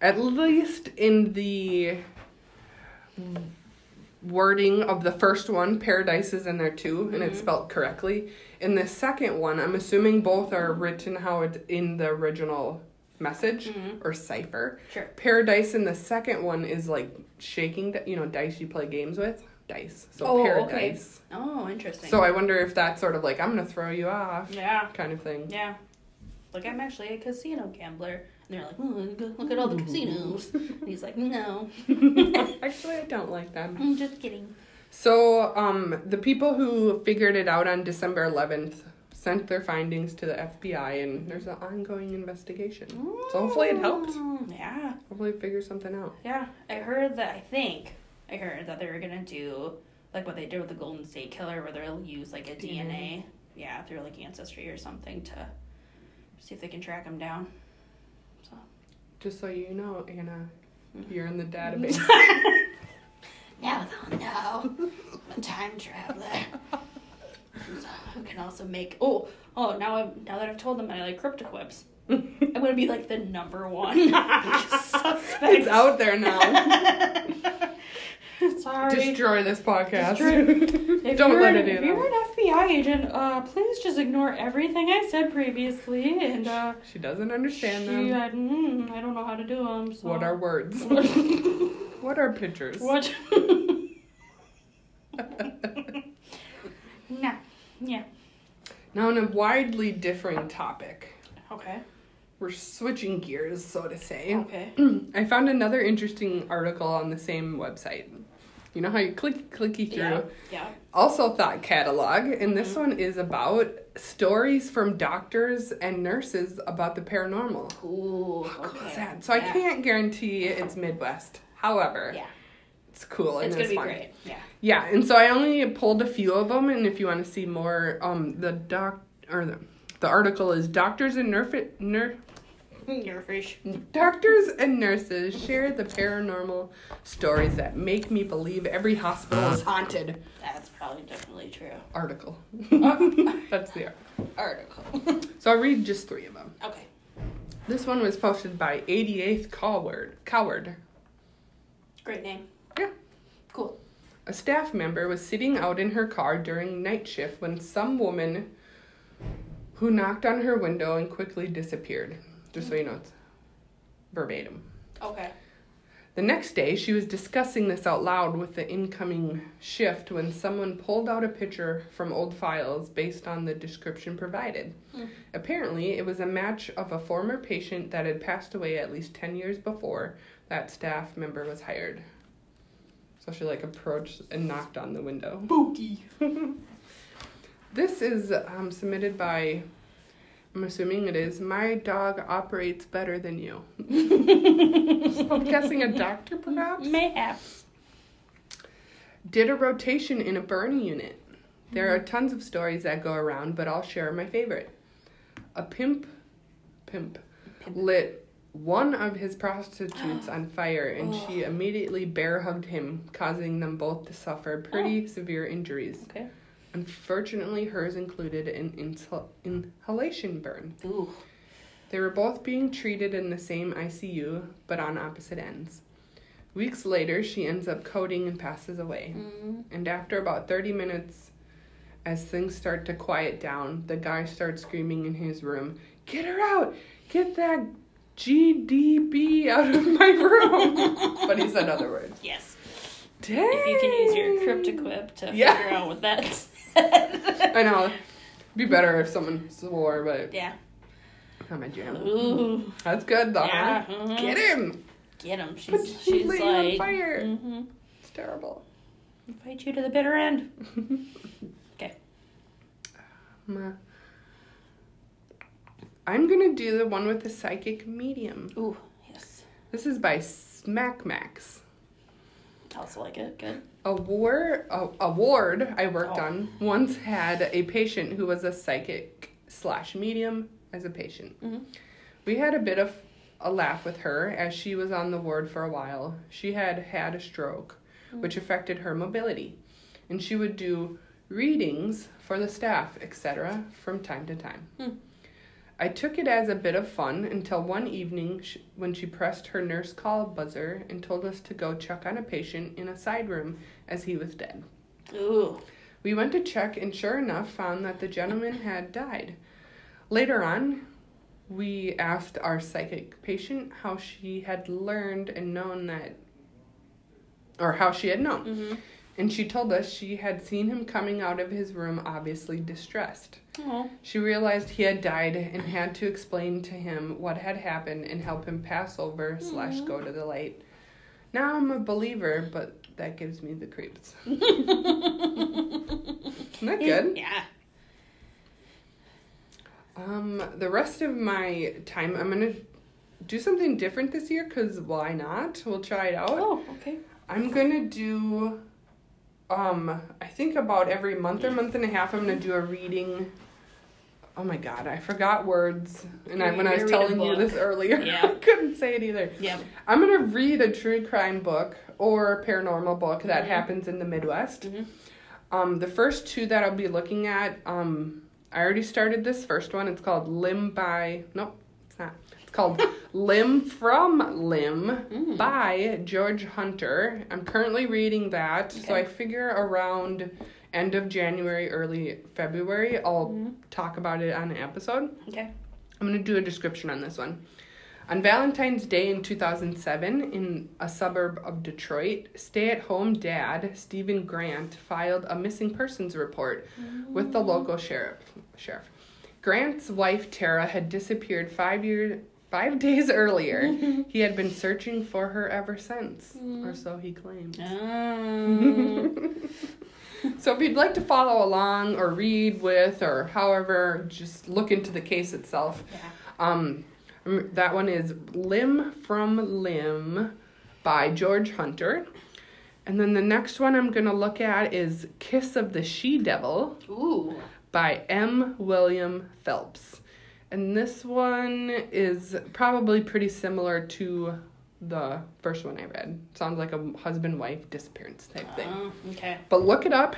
[SPEAKER 2] at least in the wording of the first one, paradise is in there too, and it's
[SPEAKER 3] Mhm.
[SPEAKER 2] spelled correctly. In the second one, I'm assuming both are written how it's in the original message
[SPEAKER 3] Mhm.
[SPEAKER 2] or cipher.
[SPEAKER 3] Sure.
[SPEAKER 2] Paradise in the second one is like shaking, di- you know, dice you play games with. Dice. So
[SPEAKER 3] Oh, okay.
[SPEAKER 2] paradise.
[SPEAKER 3] Oh, interesting.
[SPEAKER 2] So I wonder if that's sort of like, I'm going to throw you off
[SPEAKER 3] yeah,
[SPEAKER 2] kind of thing.
[SPEAKER 3] yeah. Like I'm actually a casino gambler, and they're like, "Ooh, go- look at all the
[SPEAKER 2] Mm-hmm.
[SPEAKER 3] casinos. and he's like, no,
[SPEAKER 2] Actually, I don't like them.
[SPEAKER 3] I'm just kidding.
[SPEAKER 2] So, um, the people who figured it out on December 11th sent their findings to the FBI, and there's an ongoing investigation. So hopefully it helped.
[SPEAKER 3] Mm, Yeah.
[SPEAKER 2] Hopefully, it figures something out.
[SPEAKER 3] Yeah, I heard that. I think I heard that they were gonna do like what they did with the Golden State Killer, where they'll use like a DNA,
[SPEAKER 2] DNA.
[SPEAKER 3] yeah, through like ancestry or something to see if they can track him down.
[SPEAKER 2] Just so you know, Anna, you're in the database.
[SPEAKER 3] Now they'll know. I'm a time traveler. Who can also make oh oh now I'm now that I've told them I like cryptic webs. I'm gonna be like the number one suspect.
[SPEAKER 2] it's out there now.
[SPEAKER 3] Sorry.
[SPEAKER 2] Destroy this podcast.
[SPEAKER 3] If
[SPEAKER 2] Don't
[SPEAKER 3] you're
[SPEAKER 2] let
[SPEAKER 3] an,
[SPEAKER 2] it
[SPEAKER 3] If
[SPEAKER 2] in.
[SPEAKER 3] you're an FBI agent, uh, please just ignore everything I said previously. And uh,
[SPEAKER 2] She doesn't understand
[SPEAKER 3] she,
[SPEAKER 2] them.
[SPEAKER 3] I, mm, I don't know how to do them. So.
[SPEAKER 2] What are words? what are pictures?
[SPEAKER 3] what? nah. Yeah.
[SPEAKER 2] Now, on a widely differing topic,
[SPEAKER 3] Okay.
[SPEAKER 2] we're switching gears, so to say.
[SPEAKER 3] Okay.
[SPEAKER 2] I found another interesting article on the same website. You know how you click clicky through.
[SPEAKER 3] Yeah. Mm-hmm. Yeah.
[SPEAKER 2] Also thought catalog, and this one is about stories from doctors and nurses about the paranormal.
[SPEAKER 3] Ooh.
[SPEAKER 2] How cool is
[SPEAKER 3] Okay.
[SPEAKER 2] that? So I
[SPEAKER 3] Yeah.
[SPEAKER 2] can't guarantee it's Midwest. However,
[SPEAKER 3] Yeah.
[SPEAKER 2] it's cool and
[SPEAKER 3] It's
[SPEAKER 2] it's,
[SPEAKER 3] gonna be
[SPEAKER 2] fun.
[SPEAKER 3] great. Yeah.
[SPEAKER 2] Yeah, and so I only pulled a few of them, and if you want to see more, um, the doc or the, the article is doctors and nerf nerf
[SPEAKER 3] You're fish.
[SPEAKER 2] Doctors and nurses share the paranormal stories that make me believe every hospital is haunted.
[SPEAKER 3] That's probably definitely true.
[SPEAKER 2] Article. That's the article.
[SPEAKER 3] Article.
[SPEAKER 2] So I'll read just three of them.
[SPEAKER 3] okay.
[SPEAKER 2] This one was posted by 88th Coward. Coward.
[SPEAKER 3] Great name.
[SPEAKER 2] Yeah.
[SPEAKER 3] Cool.
[SPEAKER 2] A staff member was sitting out in her car during night shift when some woman who knocked on her window and quickly disappeared. Just so you know, it's verbatim.
[SPEAKER 3] Okay.
[SPEAKER 2] The next day, she was discussing this out loud with the incoming shift when someone pulled out a picture from old files based on the description provided.
[SPEAKER 3] Hmm.
[SPEAKER 2] Apparently, it was a match of a former patient that had passed away at least 10 years before that staff member was hired. So she like approached and knocked on the window.
[SPEAKER 3] Spooky.
[SPEAKER 2] This is um, submitted by, I'm assuming it is, My Dog Operates Better Than You. I'm guessing a doctor perhaps?
[SPEAKER 3] Mayhaps.
[SPEAKER 2] did a rotation in a burn unit. There are tons of stories that go around, but I'll share my favorite. A pimp, pimp,
[SPEAKER 3] Pimp.
[SPEAKER 2] lit one of his prostitutes on fire, and she immediately bear hugged him, causing them both to suffer pretty severe injuries.
[SPEAKER 3] Okay.
[SPEAKER 2] Unfortunately, hers included an insul- inhalation burn.
[SPEAKER 3] Ooh.
[SPEAKER 2] They were both being treated in the same ICU, but on opposite ends. Weeks later, she ends up coding and passes away.
[SPEAKER 3] Mm-hmm.
[SPEAKER 2] And after about 30 minutes, as things start to quiet down, the guy starts screaming in his room, Get her out! Get that GDB out of my room! but he said other words.
[SPEAKER 3] Yes.
[SPEAKER 2] Dang.
[SPEAKER 3] If you can use your cryptoquip to
[SPEAKER 2] Yeah.
[SPEAKER 3] figure out what that's. I
[SPEAKER 2] I know. Be better if someone swore, but
[SPEAKER 3] Yeah.
[SPEAKER 2] not my jam.
[SPEAKER 3] Ooh.
[SPEAKER 2] That's good though. huh?
[SPEAKER 3] Yeah. mhm.
[SPEAKER 2] Uh-huh. Get him.
[SPEAKER 3] Get him. She's,
[SPEAKER 2] But she's
[SPEAKER 3] she's like.
[SPEAKER 2] laying on fire.
[SPEAKER 3] Mm-hmm.
[SPEAKER 2] It's terrible.
[SPEAKER 3] Invite you to the bitter end. Okay.
[SPEAKER 2] Um, uh, I'm gonna do the one with the psychic medium.
[SPEAKER 3] Ooh. Yes.
[SPEAKER 2] This is by Smack Max.
[SPEAKER 3] I also like it. Good.
[SPEAKER 2] A war a, a ward I worked
[SPEAKER 3] Oh.
[SPEAKER 2] on once had a patient who was a psychic slash medium as a patient.
[SPEAKER 3] Mhm.
[SPEAKER 2] We had a bit of a laugh with her as she was on the ward for a while. She had had a stroke,
[SPEAKER 3] Mm-hmm.
[SPEAKER 2] which affected her mobility, and she would do readings for the staff, etc., from time to time.
[SPEAKER 3] Hmm.
[SPEAKER 2] I took it as a bit of fun until one evening sh when she pressed her nurse call buzzer and told us to go check on a patient in a side room as he was dead.
[SPEAKER 3] Ooh.
[SPEAKER 2] We went to check and sure enough found that the gentleman had died. Later on, we asked our psychic patient how she had learned and known that, or how she had known.
[SPEAKER 3] Mhm.
[SPEAKER 2] And she told us she had seen him coming out of his room obviously distressed.
[SPEAKER 3] Oh.
[SPEAKER 2] She realized he had died and had to explain to him what had happened and help him pass over slash go to the light. Now I'm a believer, but that gives me the creeps. Isn't that good?
[SPEAKER 3] Yeah.
[SPEAKER 2] Um, the rest of my time, I'm gonna do something different this year because why not? We'll try it out.
[SPEAKER 3] Oh. Okay.
[SPEAKER 2] I'm gonna do, um, I think about every month or month and a half, I'm gonna do a reading. Oh my god, I forgot words, and I,
[SPEAKER 3] You're
[SPEAKER 2] when I was
[SPEAKER 3] gonna read a
[SPEAKER 2] telling you this
[SPEAKER 3] book.
[SPEAKER 2] earlier, I
[SPEAKER 3] Yeah.
[SPEAKER 2] couldn't say it either.
[SPEAKER 3] Yeah.
[SPEAKER 2] I'm gonna read a true crime book or a paranormal book that
[SPEAKER 3] Mhm.
[SPEAKER 2] happens in the Midwest.
[SPEAKER 3] Mhm.
[SPEAKER 2] Um, the first two that I'll be looking at, um, I already started this first one. It's called Limb by Nope, it's not. It's called Limb from Limb
[SPEAKER 3] Mm.
[SPEAKER 2] by George Hunter. I'm currently reading that, so
[SPEAKER 3] Okay.
[SPEAKER 2] I figure around end of January, early February, I'll
[SPEAKER 3] Mhm.
[SPEAKER 2] talk about it on an episode.
[SPEAKER 3] Okay.
[SPEAKER 2] I'm going to do a description on this one. On Valentine's Day in 2007, in a suburb of Detroit, stay at home dad, Stephen Grant, filed a missing persons report with the local sheriff. sheriff. Grant's wife, Tara, had disappeared five, year, five days earlier. he had been searching for her ever since, or so he claimed.
[SPEAKER 3] Um,
[SPEAKER 2] So if you'd like to follow along or read with or however, just look into the case itself.
[SPEAKER 3] yeah.
[SPEAKER 2] Um, mm, that one is Limb from Limb by George Hunter. And then the next one I'm going to look at is Kiss of the She Devil
[SPEAKER 3] Ooh.
[SPEAKER 2] by M. William Phelps. And this one is probably pretty similar to the first one I read. Sounds like a husband wife disappearance type thing
[SPEAKER 3] Oh, okay.
[SPEAKER 2] but look it up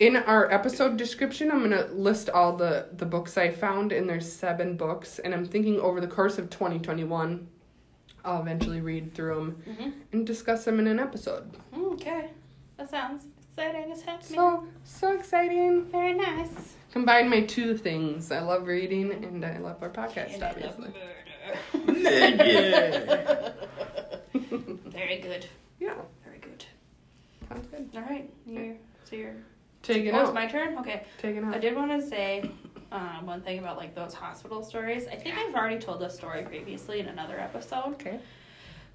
[SPEAKER 2] in our episode description i'm going to list all the the books i found and there's seven books and i'm thinking over the course of 2021 i'll eventually read through them
[SPEAKER 3] Mhm.
[SPEAKER 2] and discuss them in an episode
[SPEAKER 3] Okay. That sounds exciting as heck. man.
[SPEAKER 2] so so exciting
[SPEAKER 3] Very nice.
[SPEAKER 2] combine my two things i love reading and i love our podcast
[SPEAKER 3] And I love
[SPEAKER 2] obviously
[SPEAKER 3] murder. Very good.
[SPEAKER 2] yeah
[SPEAKER 3] Very good.
[SPEAKER 2] sounds good
[SPEAKER 3] All right. You're, so you're.
[SPEAKER 2] take it
[SPEAKER 3] oh, it's
[SPEAKER 2] out
[SPEAKER 3] my turn. Okay.
[SPEAKER 2] take it
[SPEAKER 3] I
[SPEAKER 2] out
[SPEAKER 3] did want to say uh, one thing about like those hospital stories. I think I've already told this story previously in another episode.
[SPEAKER 2] okay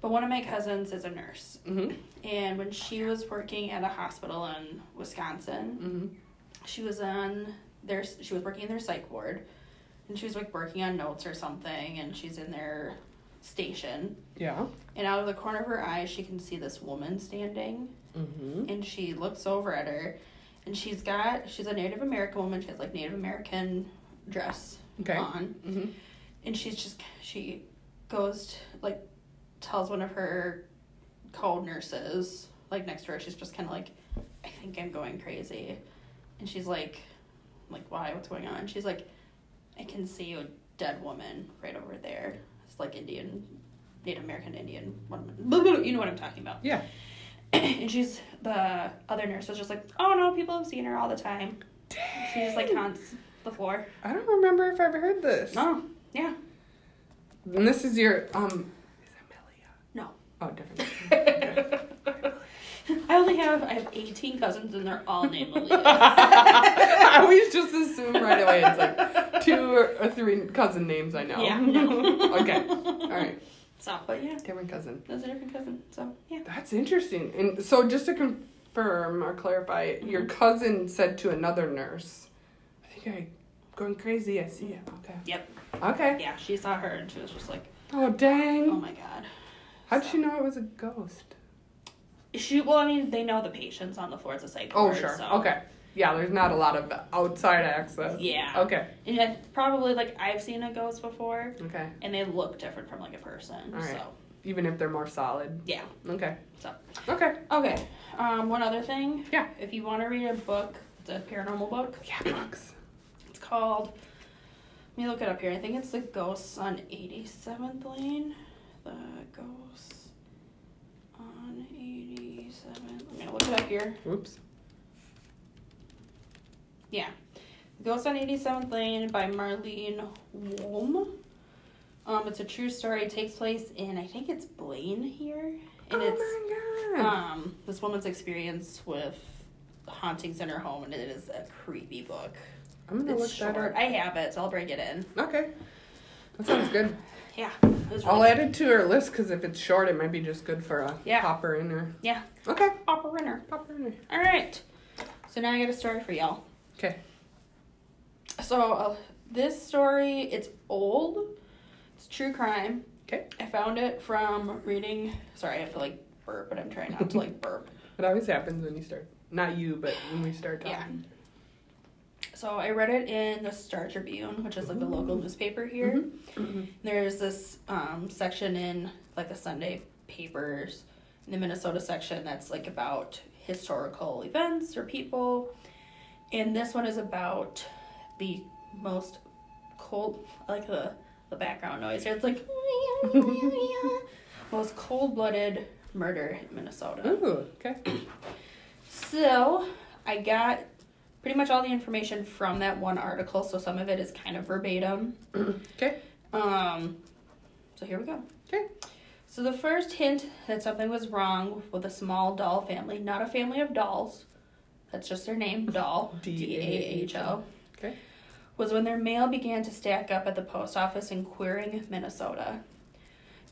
[SPEAKER 3] But one of my cousins is a nurse,
[SPEAKER 2] mm-hmm
[SPEAKER 3] and when she was working at a hospital in Wisconsin,
[SPEAKER 2] mm-hmm
[SPEAKER 3] she was on their she was working in their psych ward and she was like working on notes or something and she's in their station
[SPEAKER 2] yeah
[SPEAKER 3] and out of the corner of her eye she can see this woman standing
[SPEAKER 2] mm-hmm
[SPEAKER 3] and she looks over at her and she's got she's a native american woman she has like native american dress
[SPEAKER 2] okay
[SPEAKER 3] on
[SPEAKER 2] mm-hmm
[SPEAKER 3] and she's just she goes to, like tells one of her co-nurses like next to her she's just kind of like i think i'm going crazy and she's like like why what's going on she's like i can see a dead woman right over there it's like indian native american indian woman you know what i'm talking about
[SPEAKER 2] yeah
[SPEAKER 3] and she's the other nurse was just like oh no people have seen her all the time she just like haunts the floor
[SPEAKER 2] i don't remember if i've heard this
[SPEAKER 3] oh yeah
[SPEAKER 2] And this is your um. Is it Melia?
[SPEAKER 3] No.
[SPEAKER 2] Oh, different.
[SPEAKER 3] I I only have I have 18 cousins and they're all named Olivia.
[SPEAKER 2] I always just assume right away it's like two or or three cousin names I know.
[SPEAKER 3] Yeah, no.
[SPEAKER 2] okay. All right.
[SPEAKER 3] So, but yeah,
[SPEAKER 2] Different cousin.
[SPEAKER 3] that's a different cousin. So yeah.
[SPEAKER 2] That's interesting. And so just to confirm or clarify,
[SPEAKER 3] Mm-hmm.
[SPEAKER 2] your cousin said to another nurse, I think I'm going crazy. I see it. Okay.
[SPEAKER 3] Yep.
[SPEAKER 2] Okay.
[SPEAKER 3] Yeah, she saw her and she was just like,
[SPEAKER 2] Oh,
[SPEAKER 3] oh
[SPEAKER 2] dang.
[SPEAKER 3] my god.
[SPEAKER 2] How'd she know it was a ghost?
[SPEAKER 3] She well, I mean, they know the patients on the floor. It's a psych
[SPEAKER 2] Oh,
[SPEAKER 3] ward,
[SPEAKER 2] sure.
[SPEAKER 3] So.
[SPEAKER 2] Okay. Yeah, there's not a lot of outside access.
[SPEAKER 3] Yeah.
[SPEAKER 2] Okay.
[SPEAKER 3] And I- probably like I've seen a ghost before,
[SPEAKER 2] Okay.
[SPEAKER 3] and they look different from like a person.
[SPEAKER 2] All right.
[SPEAKER 3] So
[SPEAKER 2] Even if they're more solid.
[SPEAKER 3] yeah.
[SPEAKER 2] Okay.
[SPEAKER 3] So.
[SPEAKER 2] Okay. Oh,
[SPEAKER 3] Okay. Um, one other thing.
[SPEAKER 2] Yeah.
[SPEAKER 3] If you want to read a book, it's a paranormal book.
[SPEAKER 2] Yeah, books.
[SPEAKER 3] It's called. Let me look it up here. I think it's the Ghosts on 87th Lane. The Ghosts on 87th. I'm gonna look it up here.
[SPEAKER 2] Oops.
[SPEAKER 3] Ghost on 87th Lane by Marlene Wolm. Um, it's a true story. It takes place in, I think it's Blaine here. And it's
[SPEAKER 2] Oh, my
[SPEAKER 3] um, this woman's experience with hauntings in her home, and it is a creepy book.
[SPEAKER 2] I'm gonna look
[SPEAKER 3] It's short.
[SPEAKER 2] that
[SPEAKER 3] I have it, so I'll break it in.
[SPEAKER 2] up. Okay. That sounds good.
[SPEAKER 3] Yeah. It was
[SPEAKER 2] I'll
[SPEAKER 3] really
[SPEAKER 2] add it to our list because if it's short, it might be just good for a
[SPEAKER 3] Yeah.
[SPEAKER 2] popper in there.
[SPEAKER 3] Yeah.
[SPEAKER 2] Okay.
[SPEAKER 3] Papa Renner.
[SPEAKER 2] Popper in there.
[SPEAKER 3] All right. So now I got a story for y'all.
[SPEAKER 2] 'Kay.
[SPEAKER 3] So uh, this story, it's old. It's true crime.
[SPEAKER 2] 'Kay.
[SPEAKER 3] I found it from reading. Sorry, I have to like burp, but I'm trying not to like burp.
[SPEAKER 2] It always happens when you start. Not you, but when we start
[SPEAKER 3] Yeah.
[SPEAKER 2] talking.
[SPEAKER 3] So I read it in the Star Tribune, which is like the local newspaper here. There's this um, section in like the Sunday papers, in the Minnesota section, that's like about historical events or people. And this one is about the most cold, I like the, the background noise here. It's like, most cold blooded murder in Minnesota.
[SPEAKER 2] Ooh. Okay.
[SPEAKER 3] So I got pretty much all the information from that one article. So some of it is kind of verbatim.
[SPEAKER 2] Okay.
[SPEAKER 3] Um, so here we go.
[SPEAKER 2] Okay.
[SPEAKER 3] So the first hint that something was wrong with a small doll family, not a family of dolls, that's just their name, doll, D A H O,
[SPEAKER 2] Okay.
[SPEAKER 3] was when their mail began to stack up at the post office in Queering, Minnesota.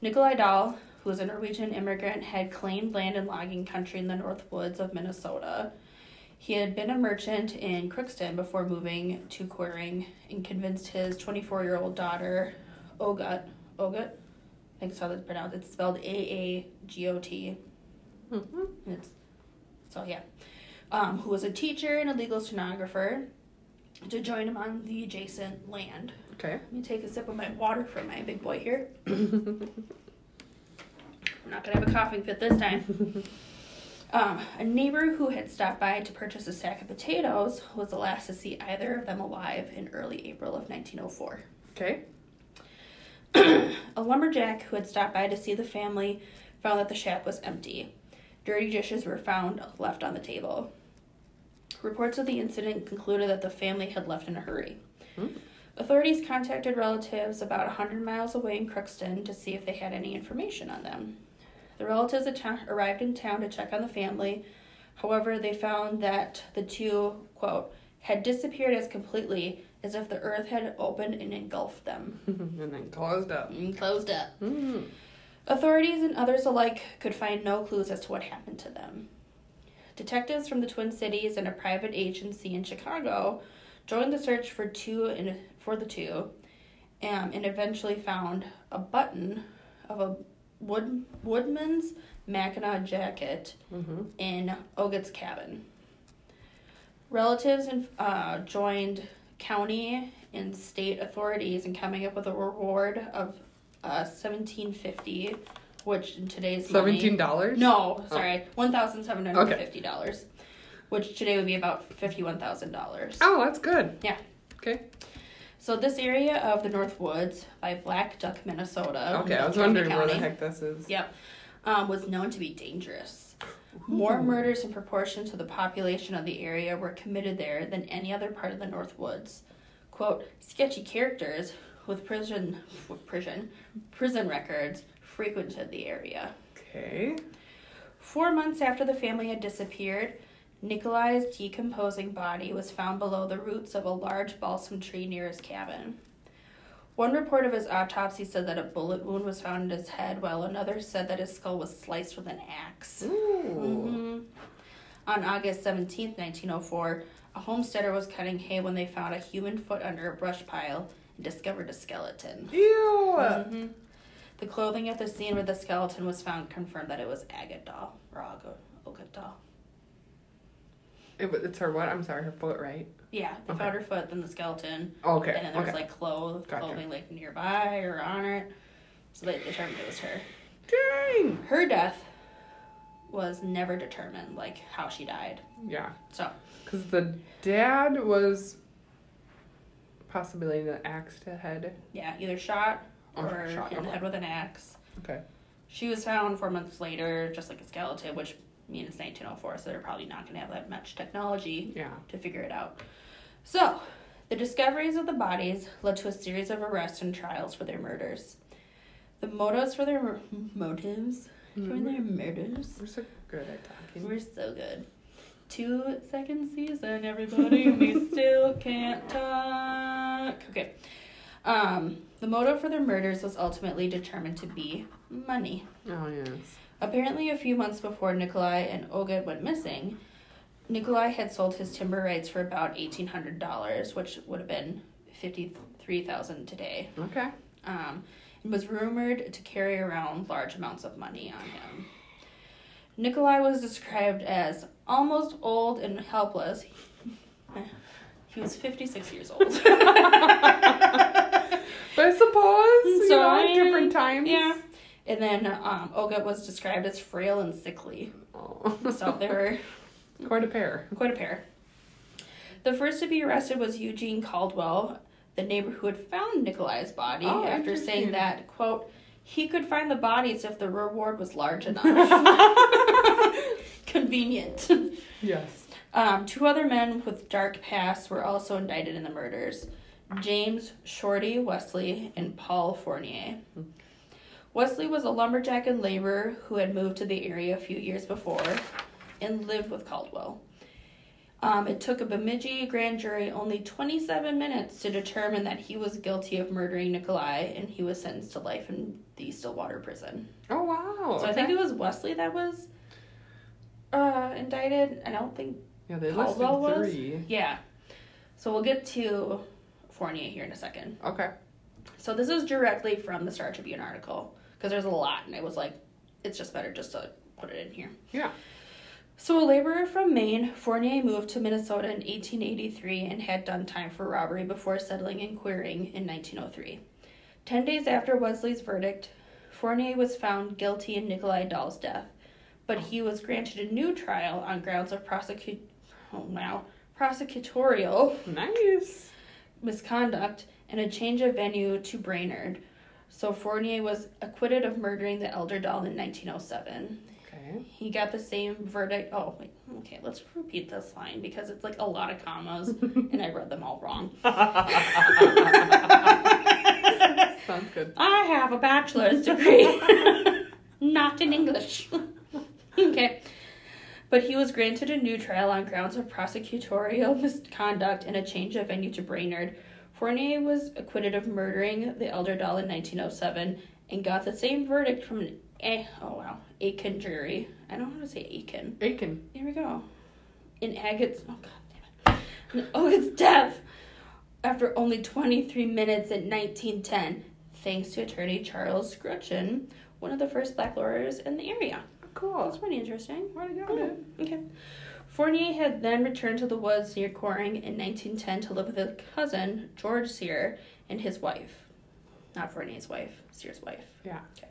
[SPEAKER 3] Nikolai Dahl, who was a Norwegian immigrant, had claimed land in logging country in the north woods of Minnesota. He had been a merchant in Crookston before moving to Queering and convinced his 24 year old daughter, Ogut, Ogut, I think that's how that's pronounced, it's spelled A A G O T,
[SPEAKER 2] Mm-hmm.
[SPEAKER 3] it's, so yeah, um, who was a teacher and a legal stenographer, to join him on the adjacent land.
[SPEAKER 2] Okay.
[SPEAKER 3] Let me take a sip of my water from my big boy here. I'm not gonna have a coughing fit this time. Um, a neighbor who had stopped by to purchase a sack of potatoes was the last to see either of them alive in early April of 1904.
[SPEAKER 2] Okay.
[SPEAKER 3] A lumberjack who had stopped by to see the family found that the shack was empty. Dirty dishes were found left on the table. Reports of the incident concluded that the family had left in a hurry.
[SPEAKER 2] Hmm.
[SPEAKER 3] Authorities contacted relatives about 100 miles away in Crookston to see if they had any information on them. The relatives atta- arrived in town to check on the family. However, they found that the two, quote, had disappeared as completely as if the earth had opened and engulfed them
[SPEAKER 2] and then closed up.
[SPEAKER 3] and closed up.
[SPEAKER 2] Mm.
[SPEAKER 3] Authorities and others alike could find no clues as to what happened to them. Detectives from the Twin Cities and a private agency in Chicago joined the search for two in, for the two, um, and eventually found a button of a wood woodman's Mackinaw jacket
[SPEAKER 2] Mm-hmm.
[SPEAKER 3] in Ogut's cabin. Relatives and uh, joined county and state authorities in coming up with a reward of uh, seventeen fifty, which in today's
[SPEAKER 2] Seventeen
[SPEAKER 3] money,
[SPEAKER 2] dollars. Oh.
[SPEAKER 3] no, sorry, one thousand seven hundred fifty dollars, which today would be about fifty one thousand dollars.
[SPEAKER 2] Oh, that's good.
[SPEAKER 3] Yeah.
[SPEAKER 2] Okay.
[SPEAKER 3] So this area of the North Woods by Black Duck, Minnesota.
[SPEAKER 2] Okay. I was
[SPEAKER 3] Montgomery
[SPEAKER 2] wondering where the
[SPEAKER 3] County,
[SPEAKER 2] heck this is.
[SPEAKER 3] Yep. Um, was known to be dangerous. More murders in proportion to the population of the area were committed there than any other part of the North Woods. Quote, sketchy characters with prison with prison prison records frequented the area.
[SPEAKER 2] Okay.
[SPEAKER 3] Four months after the family had disappeared, Nikolai's decomposing body was found below the roots of a large balsam tree near his cabin. One report of his autopsy said that a bullet wound was found in his head, while another said that his skull was sliced with an axe.
[SPEAKER 2] Ooh.
[SPEAKER 3] Mhm. On August 17, 1904, a homesteader was cutting hay when they found a human foot under a brush pile and discovered a skeleton.
[SPEAKER 2] Ew.
[SPEAKER 3] Mhm. The clothing at the scene where the skeleton was found confirmed that it was Agadol doll or Aga, Oga doll.
[SPEAKER 2] It, wa- it's her what? I'm sorry, her foot, right?
[SPEAKER 3] Yeah, they
[SPEAKER 2] Okay.
[SPEAKER 3] found her foot, then the skeleton,
[SPEAKER 2] Okay.
[SPEAKER 3] and then there
[SPEAKER 2] okay.
[SPEAKER 3] was like clothes,
[SPEAKER 2] Gotcha.
[SPEAKER 3] clothing like nearby or on it. So they determined it was her.
[SPEAKER 2] Dang.
[SPEAKER 3] Her death was never determined, like how she died.
[SPEAKER 2] Yeah.
[SPEAKER 3] So
[SPEAKER 2] Because the dad was possibly an axe to the head.
[SPEAKER 3] yeah, either shot
[SPEAKER 2] Oh,
[SPEAKER 3] or
[SPEAKER 2] shot,
[SPEAKER 3] hit in the
[SPEAKER 2] okay.
[SPEAKER 3] head with an axe.
[SPEAKER 2] Okay.
[SPEAKER 3] She was found four months later, just like a skeleton, which I mean it's 1904, so they're probably not gonna have that much technology.
[SPEAKER 2] Yeah.
[SPEAKER 3] to figure it out. So, the discoveries of the bodies led to a series of arrests and trials for their murders. The motives for their mur- motives for
[SPEAKER 2] Mhm.
[SPEAKER 3] their murders
[SPEAKER 2] We're so good at talking.
[SPEAKER 3] were so good. Two second season, everybody. we still can't talk. Okay. Um, the motive for their murders was ultimately determined to be money.
[SPEAKER 2] Oh, yes.
[SPEAKER 3] Apparently, a few months before Nikolai and Oged went missing, Nikolai had sold his timber rights for about eighteen hundred dollars, which would have been fifty-three thousand today.
[SPEAKER 2] Okay.
[SPEAKER 3] Um, and was rumored to carry around large amounts of money on him. Nikolai was described as almost old and helpless. He was fifty-six years old.
[SPEAKER 2] But I suppose, you
[SPEAKER 3] So,
[SPEAKER 2] know,
[SPEAKER 3] I mean,
[SPEAKER 2] different times.
[SPEAKER 3] yeah. And then um, Oged was described as frail and sickly.
[SPEAKER 2] Oh.
[SPEAKER 3] So they were
[SPEAKER 2] Quite a pair.
[SPEAKER 3] Quite a pair. The first to be arrested was Eugene Caldwell, the neighbor who had found Nikolai's body,
[SPEAKER 2] Oh,
[SPEAKER 3] after saying
[SPEAKER 2] interesting.
[SPEAKER 3] that, quote, he could find the bodies if the reward was large enough. Convenient.
[SPEAKER 2] Yes.
[SPEAKER 3] Um, two other men with dark pasts were also indicted in the murders James Shorty Wesley and Paul Fournier. Wesley was a lumberjack and laborer who had moved to the area a few years before and lived with Caldwell. Um, it took a Bemidji grand jury only 27 minutes to determine that he was guilty of murdering Nikolai, and he was sentenced to life in the Stillwater prison.
[SPEAKER 2] Oh, wow.
[SPEAKER 3] So I think it was Wesley that was uh, indicted. I don't think
[SPEAKER 2] Yeah, they
[SPEAKER 3] Caldwell
[SPEAKER 2] listed
[SPEAKER 3] was?
[SPEAKER 2] three.
[SPEAKER 3] yeah. So we'll get to Fournier here in a second.
[SPEAKER 2] Okay.
[SPEAKER 3] So this is directly from the Star Tribune article because there's a lot, and I was like, it's just better just to put it in here.
[SPEAKER 2] Yeah.
[SPEAKER 3] So a laborer from Maine, Fournier moved to Minnesota in 1883 and had done time for robbery before settling and queering in 1903. Ten days after Wesley's verdict, Fournier was found guilty in Nikolai Dahl's death, but he was granted a new trial on grounds of prosecu- oh, wow, prosecutorial
[SPEAKER 2] Nice.
[SPEAKER 3] misconduct and a change of venue to Brainerd. So Fournier was acquitted of murdering the elder doll in 1907.
[SPEAKER 2] Okay.
[SPEAKER 3] He got the same verdict. Oh, wait. Okay, let's repeat this line because it's like a lot of commas and I read them all wrong. I
[SPEAKER 2] Sounds good.
[SPEAKER 3] have a bachelor's degree, not in English. okay. But he was granted a new trial on grounds of prosecutorial misconduct and a change of venue to Brainerd. Fournier was acquitted of murdering the elder doll in 1907 and got the same verdict from an eh, oh wow Aiken jury. I don't know how to say Aiken.
[SPEAKER 2] Aiken.
[SPEAKER 3] There we go. In Agate's oh god damn it. Oh it's death. After only 23 minutes in 1910, thanks to attorney Charles Scrutcheon, one of the first black lawyers in the area. That's
[SPEAKER 2] Cool.
[SPEAKER 3] pretty interesting.
[SPEAKER 2] What are you
[SPEAKER 3] Oh,
[SPEAKER 2] doing?
[SPEAKER 3] Okay. Fournier had then returned to the woods near Coring in 1910 to live with his cousin, George Sear, and his wife. Not Fournier's wife, Sear's wife.
[SPEAKER 2] Yeah.
[SPEAKER 3] Okay.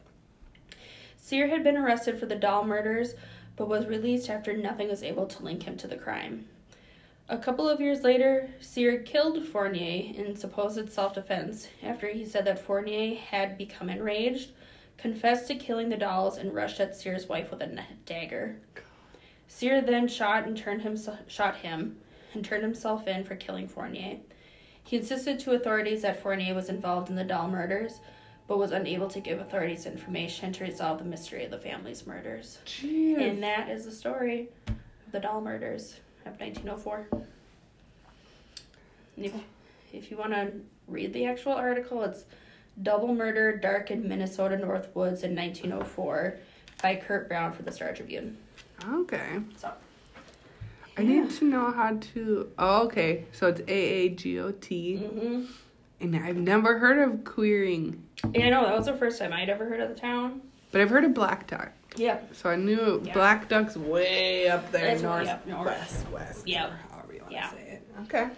[SPEAKER 3] Sear had been arrested for the doll murders, but was released after nothing was able to link him to the crime. A couple of years later, Sear killed Fournier in supposed self defense after he said that Fournier had become enraged, confessed to killing the dolls, and rushed at Sear's wife with a kn- dagger. Sear then shot and turned him shot him and turned himself in for killing Fournier. He insisted to authorities that Fournier was involved in the doll murders, but was unable to give authorities information to resolve the mystery of the family's murders.
[SPEAKER 2] Jeez.
[SPEAKER 3] And that is the story of the doll murders of 1904. And If, if you want to read the actual article, it's Double Murder Dark in Minnesota North Woods in 1904 by Kurt Brown for the Star Tribune.
[SPEAKER 2] Okay.
[SPEAKER 3] So,
[SPEAKER 2] I need to know how to. Oh, okay. So it's A A G O T,
[SPEAKER 3] hmm
[SPEAKER 2] and I've never heard of queering,
[SPEAKER 3] yeah, I know that was the first time I'd ever heard of the town.
[SPEAKER 2] but I've heard of black duck.
[SPEAKER 3] Yeah.
[SPEAKER 2] So I knew
[SPEAKER 3] Yeah.
[SPEAKER 2] black duck's way up there,
[SPEAKER 3] It's way
[SPEAKER 2] north,
[SPEAKER 3] up north.
[SPEAKER 2] west, west.
[SPEAKER 3] Yeah.
[SPEAKER 2] or However you want
[SPEAKER 3] Yeah.
[SPEAKER 2] to say it. Okay.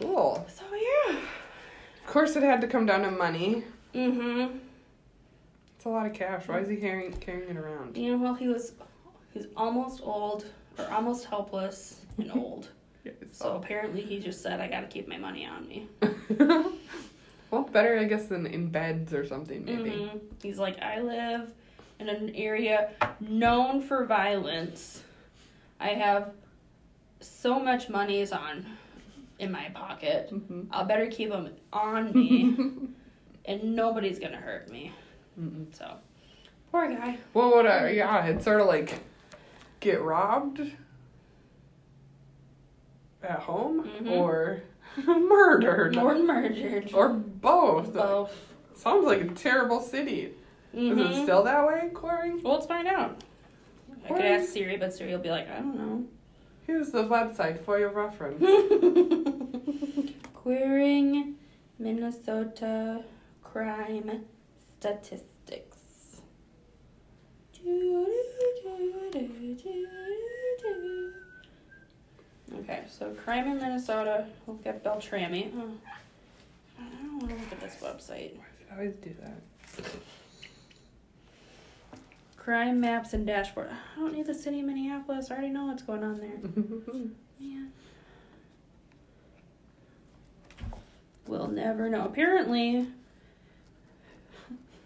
[SPEAKER 2] Cool.
[SPEAKER 3] So yeah.
[SPEAKER 2] Of course, it had to come down to money.
[SPEAKER 3] Mm-hmm.
[SPEAKER 2] It's a lot of cash. Why is he carrying carrying it around?
[SPEAKER 3] You know, well, he was he's almost old or almost helpless and old. So
[SPEAKER 2] Yes.
[SPEAKER 3] apparently he just said, I gotta keep my money on me.
[SPEAKER 2] well, better I guess than in beds or something maybe.
[SPEAKER 3] Mhm. He's like, I live in an area known for violence. I have so much monies on in my pocket.
[SPEAKER 2] Mhm.
[SPEAKER 3] I'll better keep them on me, and nobody's gonna hurt me.
[SPEAKER 2] Mm-mm.
[SPEAKER 3] So, poor guy.
[SPEAKER 2] Well, what? Uh, yeah, it's sort of like get robbed at home
[SPEAKER 3] Mhm.
[SPEAKER 2] or murdered
[SPEAKER 3] Or murdered.
[SPEAKER 2] or both. Mm-hmm.
[SPEAKER 3] Both.
[SPEAKER 2] Sounds like a terrible city. Is it
[SPEAKER 3] Mhm.
[SPEAKER 2] still that way, Corey?
[SPEAKER 3] Well, let's find out. I
[SPEAKER 2] Or-
[SPEAKER 3] could ask Siri, but Siri will be like, I don't know.
[SPEAKER 2] Here's the website for your reference.
[SPEAKER 3] Queering Minnesota crime statistics. Okay, so crime in Minnesota. We'll get Beltrami. Oh. I don't want to look at this website.
[SPEAKER 2] I always do that.
[SPEAKER 3] Crime maps and dashboard. I don't need the city of Minneapolis. I already know what's going on there. Man. We'll never know. Apparently,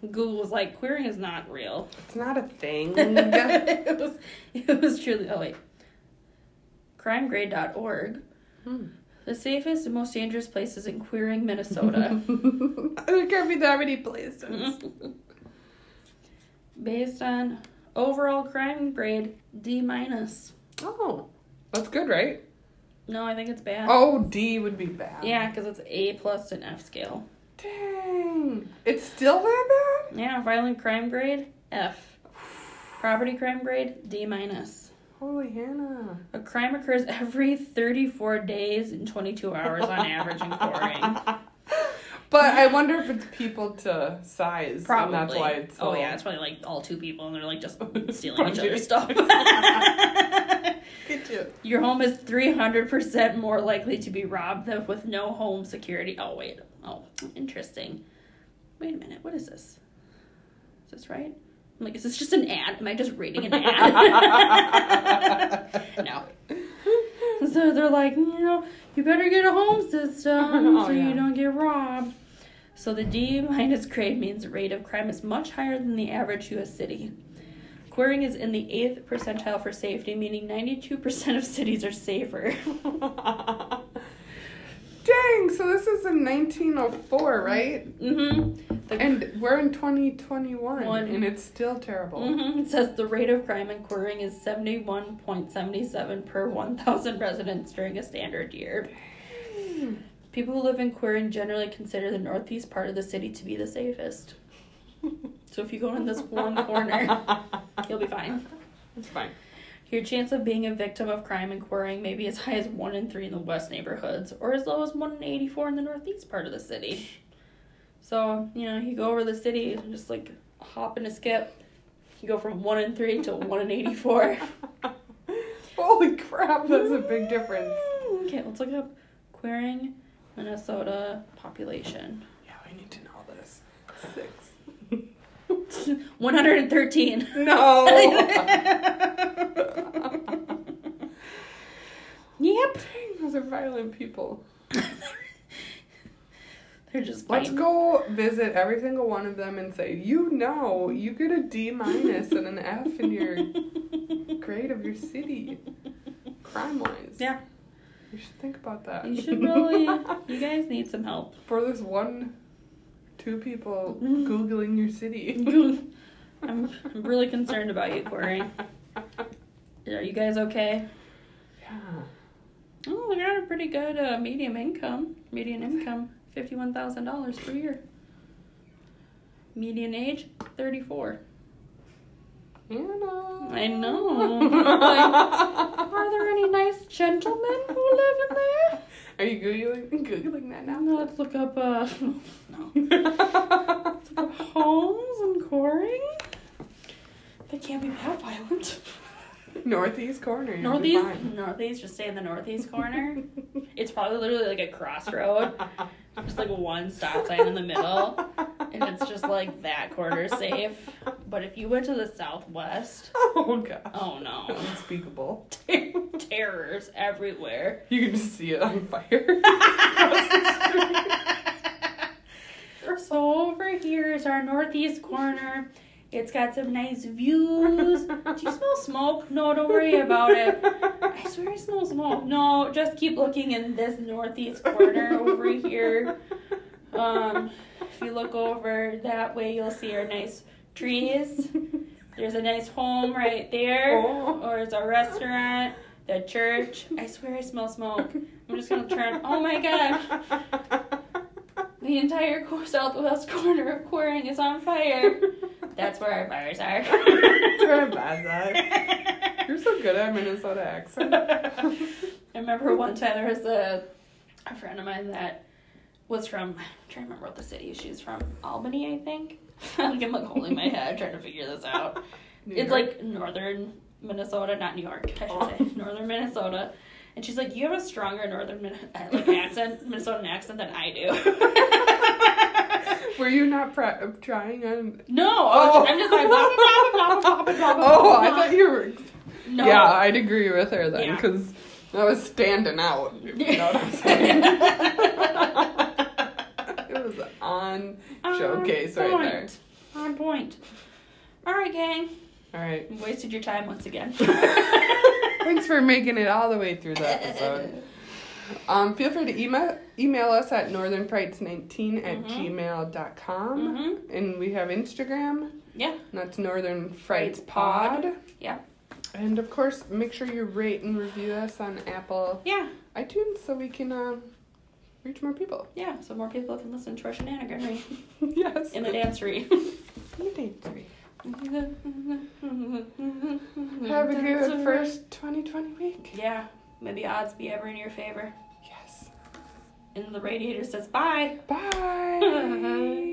[SPEAKER 3] Google was like, queering is not real.
[SPEAKER 2] it's not a thing.
[SPEAKER 3] it, was, it was truly, oh wait. Crimegrade.org.
[SPEAKER 2] Hmm.
[SPEAKER 3] The safest and most dangerous places in queering, Minnesota.
[SPEAKER 2] there can't be that many places.
[SPEAKER 3] Based on overall crime grade, D minus.
[SPEAKER 2] oh, that's good, right?
[SPEAKER 3] No, I think it's bad.
[SPEAKER 2] Oh, D would be bad.
[SPEAKER 3] Yeah, because it's A plus to an F scale.
[SPEAKER 2] Dang. It's still that bad?
[SPEAKER 3] Yeah, violent crime grade F. Property crime grade D minus.
[SPEAKER 2] Holy Hannah.
[SPEAKER 3] A crime occurs every 34 days and 22 hours on average in Coring.
[SPEAKER 2] But I wonder if it's people to size.
[SPEAKER 3] Probably.
[SPEAKER 2] And that's why it's so.
[SPEAKER 3] Oh yeah, it's probably like all two people and they're like just stealing each
[SPEAKER 2] Probably.
[SPEAKER 3] other's stuff.
[SPEAKER 2] Get you.
[SPEAKER 3] Your home is 300% more likely to be robbed than with no home security. Oh wait. Oh, interesting. Wait a minute. What is this? Is this right? I'm like, is this just an ad? Am I just reading an ad? no. So they're like, you know, you better get a home system
[SPEAKER 2] Oh,
[SPEAKER 3] so
[SPEAKER 2] yeah.
[SPEAKER 3] you don't get robbed. So the D minus grade means the rate of crime is much higher than the average U.S. city. Queering is in the eighth percentile for safety, meaning 92% of cities are safer.
[SPEAKER 2] Dang, so this is in 1904, right?
[SPEAKER 3] mm-hmm. The,
[SPEAKER 2] And we're in 2021,
[SPEAKER 3] One.
[SPEAKER 2] and it's still terrible.
[SPEAKER 3] hmm It says the rate of crime in Queering is 71.77 per 1,000 residents during a standard year. Mm-hmm. People who live in Queering generally consider the northeast part of the city to be the safest. so if you go in this one corner, you'll be fine.
[SPEAKER 2] It's fine.
[SPEAKER 3] Your chance of being a victim of crime in Queering may be as high as 1 in 3 in the west neighborhoods, or as low as 1 in 84 in the northeast part of the city. So, you know, you go over the city, and just like a hop and a skip. You go from 1 in 3 to 1 in 84.
[SPEAKER 2] Holy crap, that's a big difference.
[SPEAKER 3] Okay, let's look up Queering, Minnesota population.
[SPEAKER 2] Yeah, we need to know this. Six.
[SPEAKER 3] 113.
[SPEAKER 2] No!
[SPEAKER 3] Yep.
[SPEAKER 2] Dang, those are violent people.
[SPEAKER 3] They're just
[SPEAKER 2] Let's
[SPEAKER 3] fighting.
[SPEAKER 2] go visit every single one of them and say, you know, you get a D minus and an F in your grade of your city, crime wise.
[SPEAKER 3] Yeah.
[SPEAKER 2] You should think about that.
[SPEAKER 3] You should really. You guys need some help.
[SPEAKER 2] For this one Two people
[SPEAKER 3] Mm.
[SPEAKER 2] googling your city.
[SPEAKER 3] I'm I'm really concerned about you, Corey. Are you guys okay?
[SPEAKER 2] Yeah.
[SPEAKER 3] Oh, we got a pretty good uh, medium income. Median income, fifty-one thousand dollars per year. Median age, thirty-four.
[SPEAKER 2] Anna.
[SPEAKER 3] I know. Like, are there any nice gentlemen who live in there?
[SPEAKER 2] Are you googling googling that now?
[SPEAKER 3] Now let's look up. Uh, no.
[SPEAKER 2] Let's
[SPEAKER 3] Look up homes and coring. They can't be that violent.
[SPEAKER 2] Northeast corner. you'll be
[SPEAKER 3] Northeast,
[SPEAKER 2] fine.
[SPEAKER 3] northeast. Just stay in the northeast corner. It's probably literally like a crossroad, just like one stop sign in the middle, and it's just like that corner's safe. But if you went to the southwest,
[SPEAKER 2] Oh gosh.
[SPEAKER 3] oh no,
[SPEAKER 2] Unspeakable.
[SPEAKER 3] terrors everywhere.
[SPEAKER 2] You can just see it on fire.
[SPEAKER 3] So over here is our northeast corner. It's got some nice views. Do you smell smoke? No, don't worry about it. I swear I smell smoke. No, just keep looking in this northeast corner over here. Um, if you look over that way, you'll see our nice trees. There's a nice home right there,
[SPEAKER 2] Oh.
[SPEAKER 3] or it's a restaurant, the church. I swear I smell smoke. I'm just gonna turn. Oh my god, the entire co- southwest corner of Quaring is on fire. That's where our fires are.
[SPEAKER 2] That's where our bars are. You're so good at Minnesota accent.
[SPEAKER 3] I remember one time there was a, a friend of mine that was from, I'm trying to remember what the city she was from, Albany, I think. like, I'm like holding my head trying to figure this out.
[SPEAKER 2] New
[SPEAKER 3] It's
[SPEAKER 2] York.
[SPEAKER 3] like northern Minnesota, not New York, I should say. northern Minnesota. And she's like, You have a stronger northern Min- uh, like accent, Minnesotan accent than I do.
[SPEAKER 2] Were you not pre- trying on?
[SPEAKER 3] no, I was- I'm just like, blah, blah, blah, blah, blah, blah, blah, blah,
[SPEAKER 2] Oh,
[SPEAKER 3] blah.
[SPEAKER 2] I thought you were.
[SPEAKER 3] No.
[SPEAKER 2] Yeah, I'd agree with her then
[SPEAKER 3] Yeah.
[SPEAKER 2] because I was standing out. if You know what I'm saying? it was on showcase right
[SPEAKER 3] point.
[SPEAKER 2] there.
[SPEAKER 3] On point. All right, gang.
[SPEAKER 2] All right.
[SPEAKER 3] You wasted your time once again.
[SPEAKER 2] Thanks for making it all the way through the episode. Um, feel free to email, email us at northernprites19 at gmail dot com,
[SPEAKER 3] Mhm.
[SPEAKER 2] And we have Instagram.
[SPEAKER 3] Yeah.
[SPEAKER 2] and That's Northern Frights Pod.
[SPEAKER 3] Yeah.
[SPEAKER 2] And of course, make sure you rate and review us on Apple
[SPEAKER 3] Yeah.
[SPEAKER 2] iTunes so we can uh, reach more people.
[SPEAKER 3] Yeah. So more people can listen to our shenanigans
[SPEAKER 2] yes.
[SPEAKER 3] in the dancery.
[SPEAKER 2] You did three. Have a good first 2020 week.
[SPEAKER 3] Yeah. May the odds be ever in your favor.
[SPEAKER 2] Yes.
[SPEAKER 3] And the radiator says bye.
[SPEAKER 2] Bye.